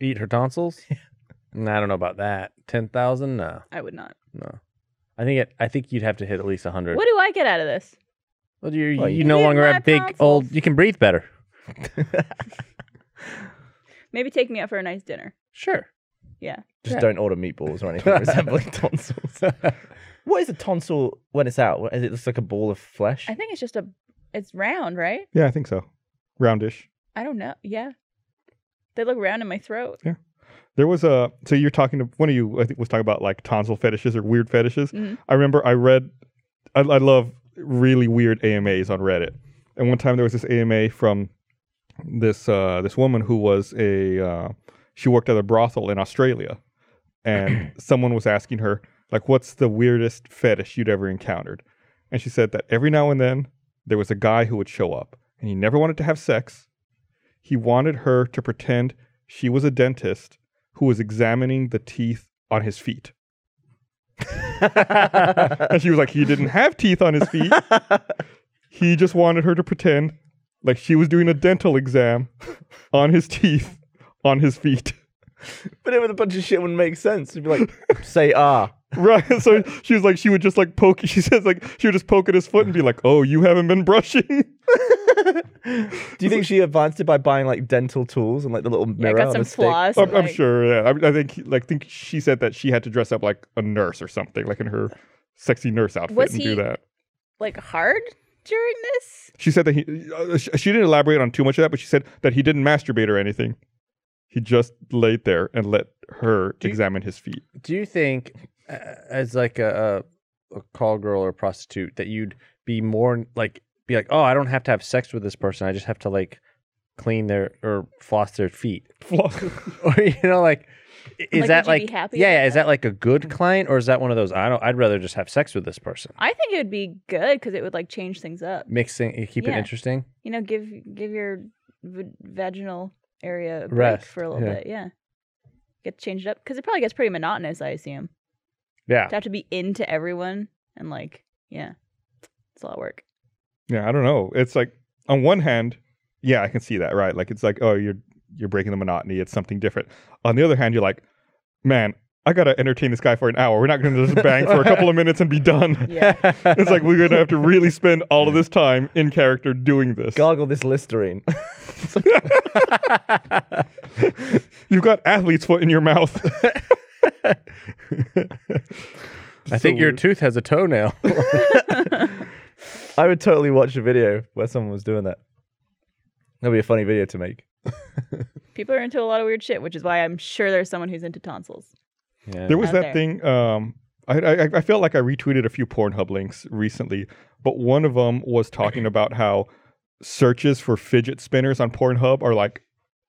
Eat her
<laughs>
tonsils. Mm, I don't know about that. Ten thousand? No,
I would not.
no. I think it, I think you'd have to hit at least hundred.
What do I get out of this?
Well, you
Well,
you,
you
no
eat
longer
my
have big old. You can breathe better.
Maybe take me out for a nice dinner.
Sure.
Yeah.
Just
Yeah.
don't order meatballs or anything
<laughs>
resembling tonsils. What is a tonsil when it's out? What- Is it just like a ball of flesh? <laughs>
I think it's just a, it's round, right?
Yeah, I think so. Roundish.
I don't know. Yeah. They look round in my throat.
There was a so you're talking to one of you I think was talking about like tonsil fetishes or weird fetishes. I remember I read I, I love really weird AMAs on Reddit, and one time there was this AMA from this uh, this woman who was a uh, she worked at a brothel in Australia, and someone was asking her like, "What's the weirdest fetish you'd ever encountered?" And she said that every now and then there was a guy who would show up, and he never wanted to have sex. He wanted her to pretend she was a dentist who was examining the teeth on his feet. <laughs> and she was like, he didn't have teeth on his feet. he just wanted her to pretend like she was doing a dental exam <laughs> on his teeth, on his feet. <laughs>
But it was a bunch of shit wouldn't make sense. It'd be like, say ah.
Right. So she was like, she would just like poke, she says, like, she would just poke at his foot and be like, oh, you haven't been brushing. <laughs>
Do you think she advanced it by buying like dental tools and like the little
Yeah, I
mirror?
got
on
some
a stick?
floss.
I'm, I'm
like-
sure. Yeah, I, I think like think she said that she had to dress up like a nurse or something, like in her sexy nurse outfit,
Was
and
he-
do that.
Like hard during this.
She said that he. Uh, sh- she didn't elaborate on too much of that, but she said that he didn't masturbate or anything. He just laid there and let her
Do you-
examine his feet.
Do you think, uh, as like a, a, a call girl or prostitute, that you'd be more like be like, oh, I don't have to have sex with this person. I just have to like clean their or floss
<laughs>
their feet, <laughs> or you know, like. i- Is
Like,
that
would you
like
be happy
yeah,
about
yeah? Is
that? Mm-hmm.
that like a good client or is that one of those I don't? I'd rather just have sex with this person.
I think it would be good because it would like change things up.
Mixing, you keep it
Yeah.
interesting.
You know, give give your v- vaginal area a break
Rest,
for a little
yeah.
bit. Yeah, get changed up because it probably gets pretty monotonous. I assume
Yeah,
to have to be into everyone and like yeah, it's a lot of work.
Yeah, I don't know. It's like on one hand, yeah, I can see that, right? Like it's like, oh, you're you're breaking the monotony. It's something different. On the other hand, you're like, man, I gotta entertain this guy for an hour. We're not gonna just bang
<laughs>
for a couple of minutes and be done.
Yeah, <laughs>
It's like we're gonna have to really spend all of this time in character doing this.
Gargle this Listerine. <laughs>
You've got athlete's foot in your mouth.
I think your tooth has a toenail. <laughs>
I would totally watch a video where someone was doing that. That'd be a funny video to make.
people are into a lot of weird shit, which is why I'm sure there's someone who's into tonsils.
yeah.
There was
out
that
there.
thing. Um, I, I I felt like I retweeted a few Pornhub links recently, but one of them was talking about how searches for fidget spinners on Pornhub are like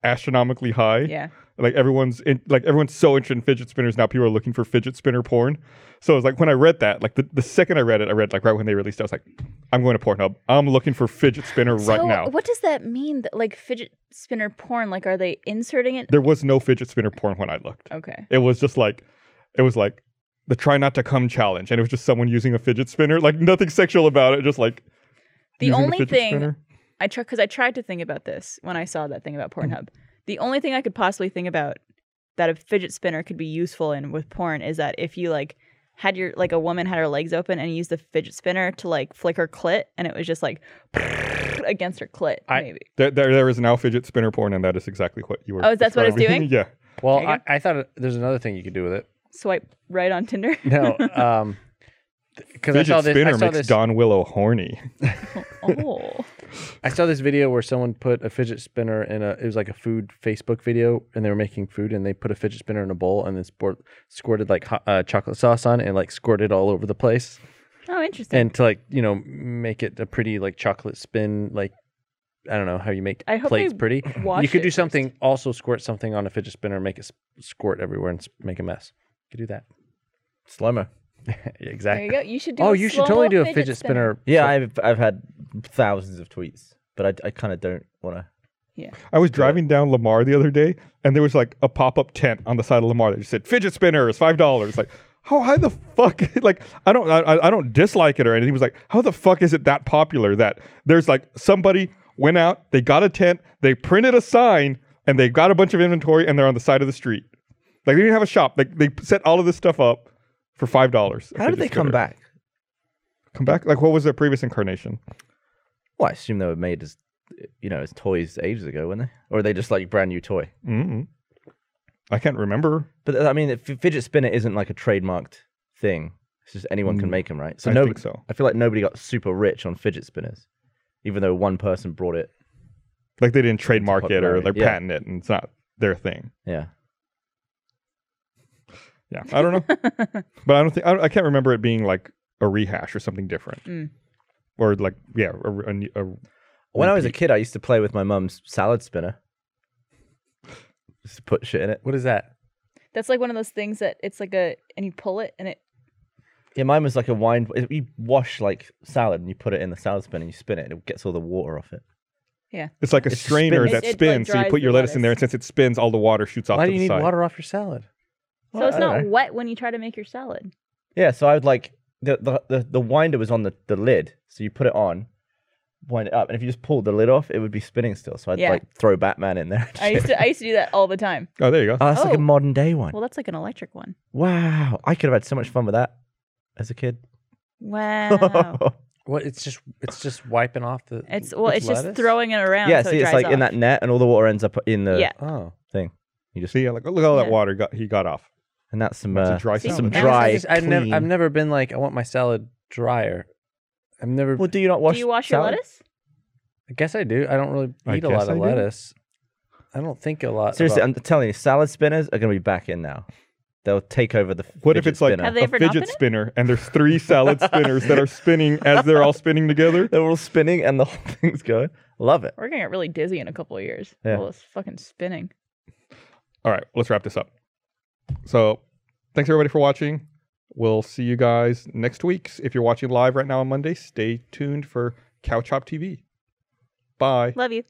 astronomically high.
Yeah,
Like everyone's in, like everyone's so interested in fidget spinners now. People are looking for fidget spinner porn. So it's like when I read that, like the, the second I read it, I read like right when they released. it, I was like, I'm going to Pornhub. I'm looking for fidget spinner right
So
now.
What does that mean? That like fidget spinner porn? Like, are they inserting it?
There was no fidget spinner porn when I looked.
Okay.
It was just like, it was like the try not to come challenge, and it was just someone using a fidget spinner, like nothing sexual about it, just like
The
using
only
fidget
thing
spinner.
I try because I tried to think about this when I saw that thing about
Mm-hmm.
Pornhub. The only thing I could possibly think about that a fidget spinner could be useful in with porn is that if you like had your like a woman had her legs open and used the fidget spinner to like flick her clit and it was just like <laughs> against her clit
I-
maybe.
There, there, there is now fidget spinner porn, and that is exactly what you were.
Oh, that's what it's
describing. <laughs>
doing?
yeah,
Well,
There you
I, I thought it- there's another thing you could do
<laughs>
with it.
Swipe right on
<laughs>
Tinder.
No, um, because I
fidget
saw this. I
spinner
saw
makes
this,
Don Willow horny.
oh.
I saw this video where someone put a fidget spinner in a. It was like a food Facebook video, and they were making food, and they put a fidget spinner in a bowl, and then sport, squirted like hot, uh, chocolate sauce on, it and like squirted all over the place,
Oh, interesting.
and to like you know make it a pretty like chocolate spin like. I don't know how you make
I hope
plates
they
pretty. You
wash
could
it
do
first.
something. Also, squirt something on a fidget spinner, make it s- squirt everywhere, and s- make a mess. You could do that. <laughs>
Slow mo.
exactly.
there you go. You should do
Oh,
a
you should
slow-mo
totally do a fidget
spinner.
spinner.
Yeah, I've I've had thousands of tweets, but I, I kind of don't want to.
I was driving down Lamar the other day, and there was like a pop up tent on the side of Lamar that just said "fidget spinners, five dollars." Like, how high the fuck? <laughs> like, I don't, I- I, I don't dislike it or anything. It was like, how the fuck is it that popular that there's like somebody went out, they got a tent, they printed a sign, and they got a bunch of inventory, and they're on the side of the street. Like, they didn't have a shop. Like, they set all of this stuff up for five dollars.
How did they come back?
Come back? Like, what was their previous incarnation?
Well, I assume they were made as, you know, as toys ages ago, weren't they? Or are they just like brand new toy?
mm I can't remember.
But I mean, f- fidget spinner isn't like a trademarked thing. It's just anyone can make them, right? So
I
no,
think so.
I feel like nobody got super rich on fidget spinners, even though one person brought it.
Like, they didn't trademark it or
popularity,
like
yeah.
patent it, and it's not their thing.
Yeah.
Yeah, I don't
<laughs>
know, but I don't think I, don't- I can't remember it being like a rehash or something different,
Mm.
or like yeah, a, a- a-
When I was a kid, I used to play with my mum's salad spinner. Just to put shit in it.
What is that?
That's like one of those things that it's like a and you pull it and it
Yeah, mine was like a wine. it- You wash like salad and you put it in the salad spinner and you spin it and it gets all the water off it.
it's like a
It
strainer
spins.
that
It- it, like,
spins. so you
dries
put
the
your lettuce, in
lettuce.
there, and since it spins, all the water shoots off
Why
to
do
the
you need
side.
water off your salad?
Well,
so it's
I don't
not
know.
wet when you try to make your salad.
Yeah, so I would like the the, the, the winder was on the, the lid, so you put it on, wind it up, and if you just pulled the lid off, it would be spinning still. So I'd
Yeah.
like throw Batman in there. and
I used
shit.
to I used to do that all the
<laughs>
time.
Oh, there you go.
<laughs> Oh, that's like
Oh.
a modern day one.
Well, that's like an electric one.
Wow, I could have had so much fun with that as a kid. <laughs>
Wow.
What? It's just it's just wiping off the.
It's well,
with
it's
lettuce?
just throwing it around.
yeah,
so
see,
it
it's
dries
like in
off.
that net, and all the water ends up in the
Yeah.
Oh.
thing. You just
See, yeah, like look at all that
Yeah.
water got, he got off.
and that's some
That's a
uh,
dry
See,
some
salad.
that's
dry.
I just- I've never, I've
clean-
never been like I want my salad drier. I've never.
Well, do you not wash?
Do you wash your
salad?
lettuce?
I guess I do. I don't really
I
eat a
guess
lot
I
of
do.
lettuce. I don't think a lot.
Seriously,
Uh, about-
I'm telling you, salad spinners are gonna be back in now. They'll take over the.
What if
fidget
it's like
spinner.
Have they
a
ever not been
fidget
in it?
spinner and there's three salad spinners that are spinning as they're all spinning together?
They're all spinning and the whole <laughs> thing's going. Love it.
We're gonna get really dizzy in a couple of years.
Yeah.
All this fucking spinning.
All right, let's wrap this up. So, thanks everybody for watching. We'll see you guys next week. If you're watching live right now on Monday, stay tuned for Cow Chop TV. Bye.
Love you.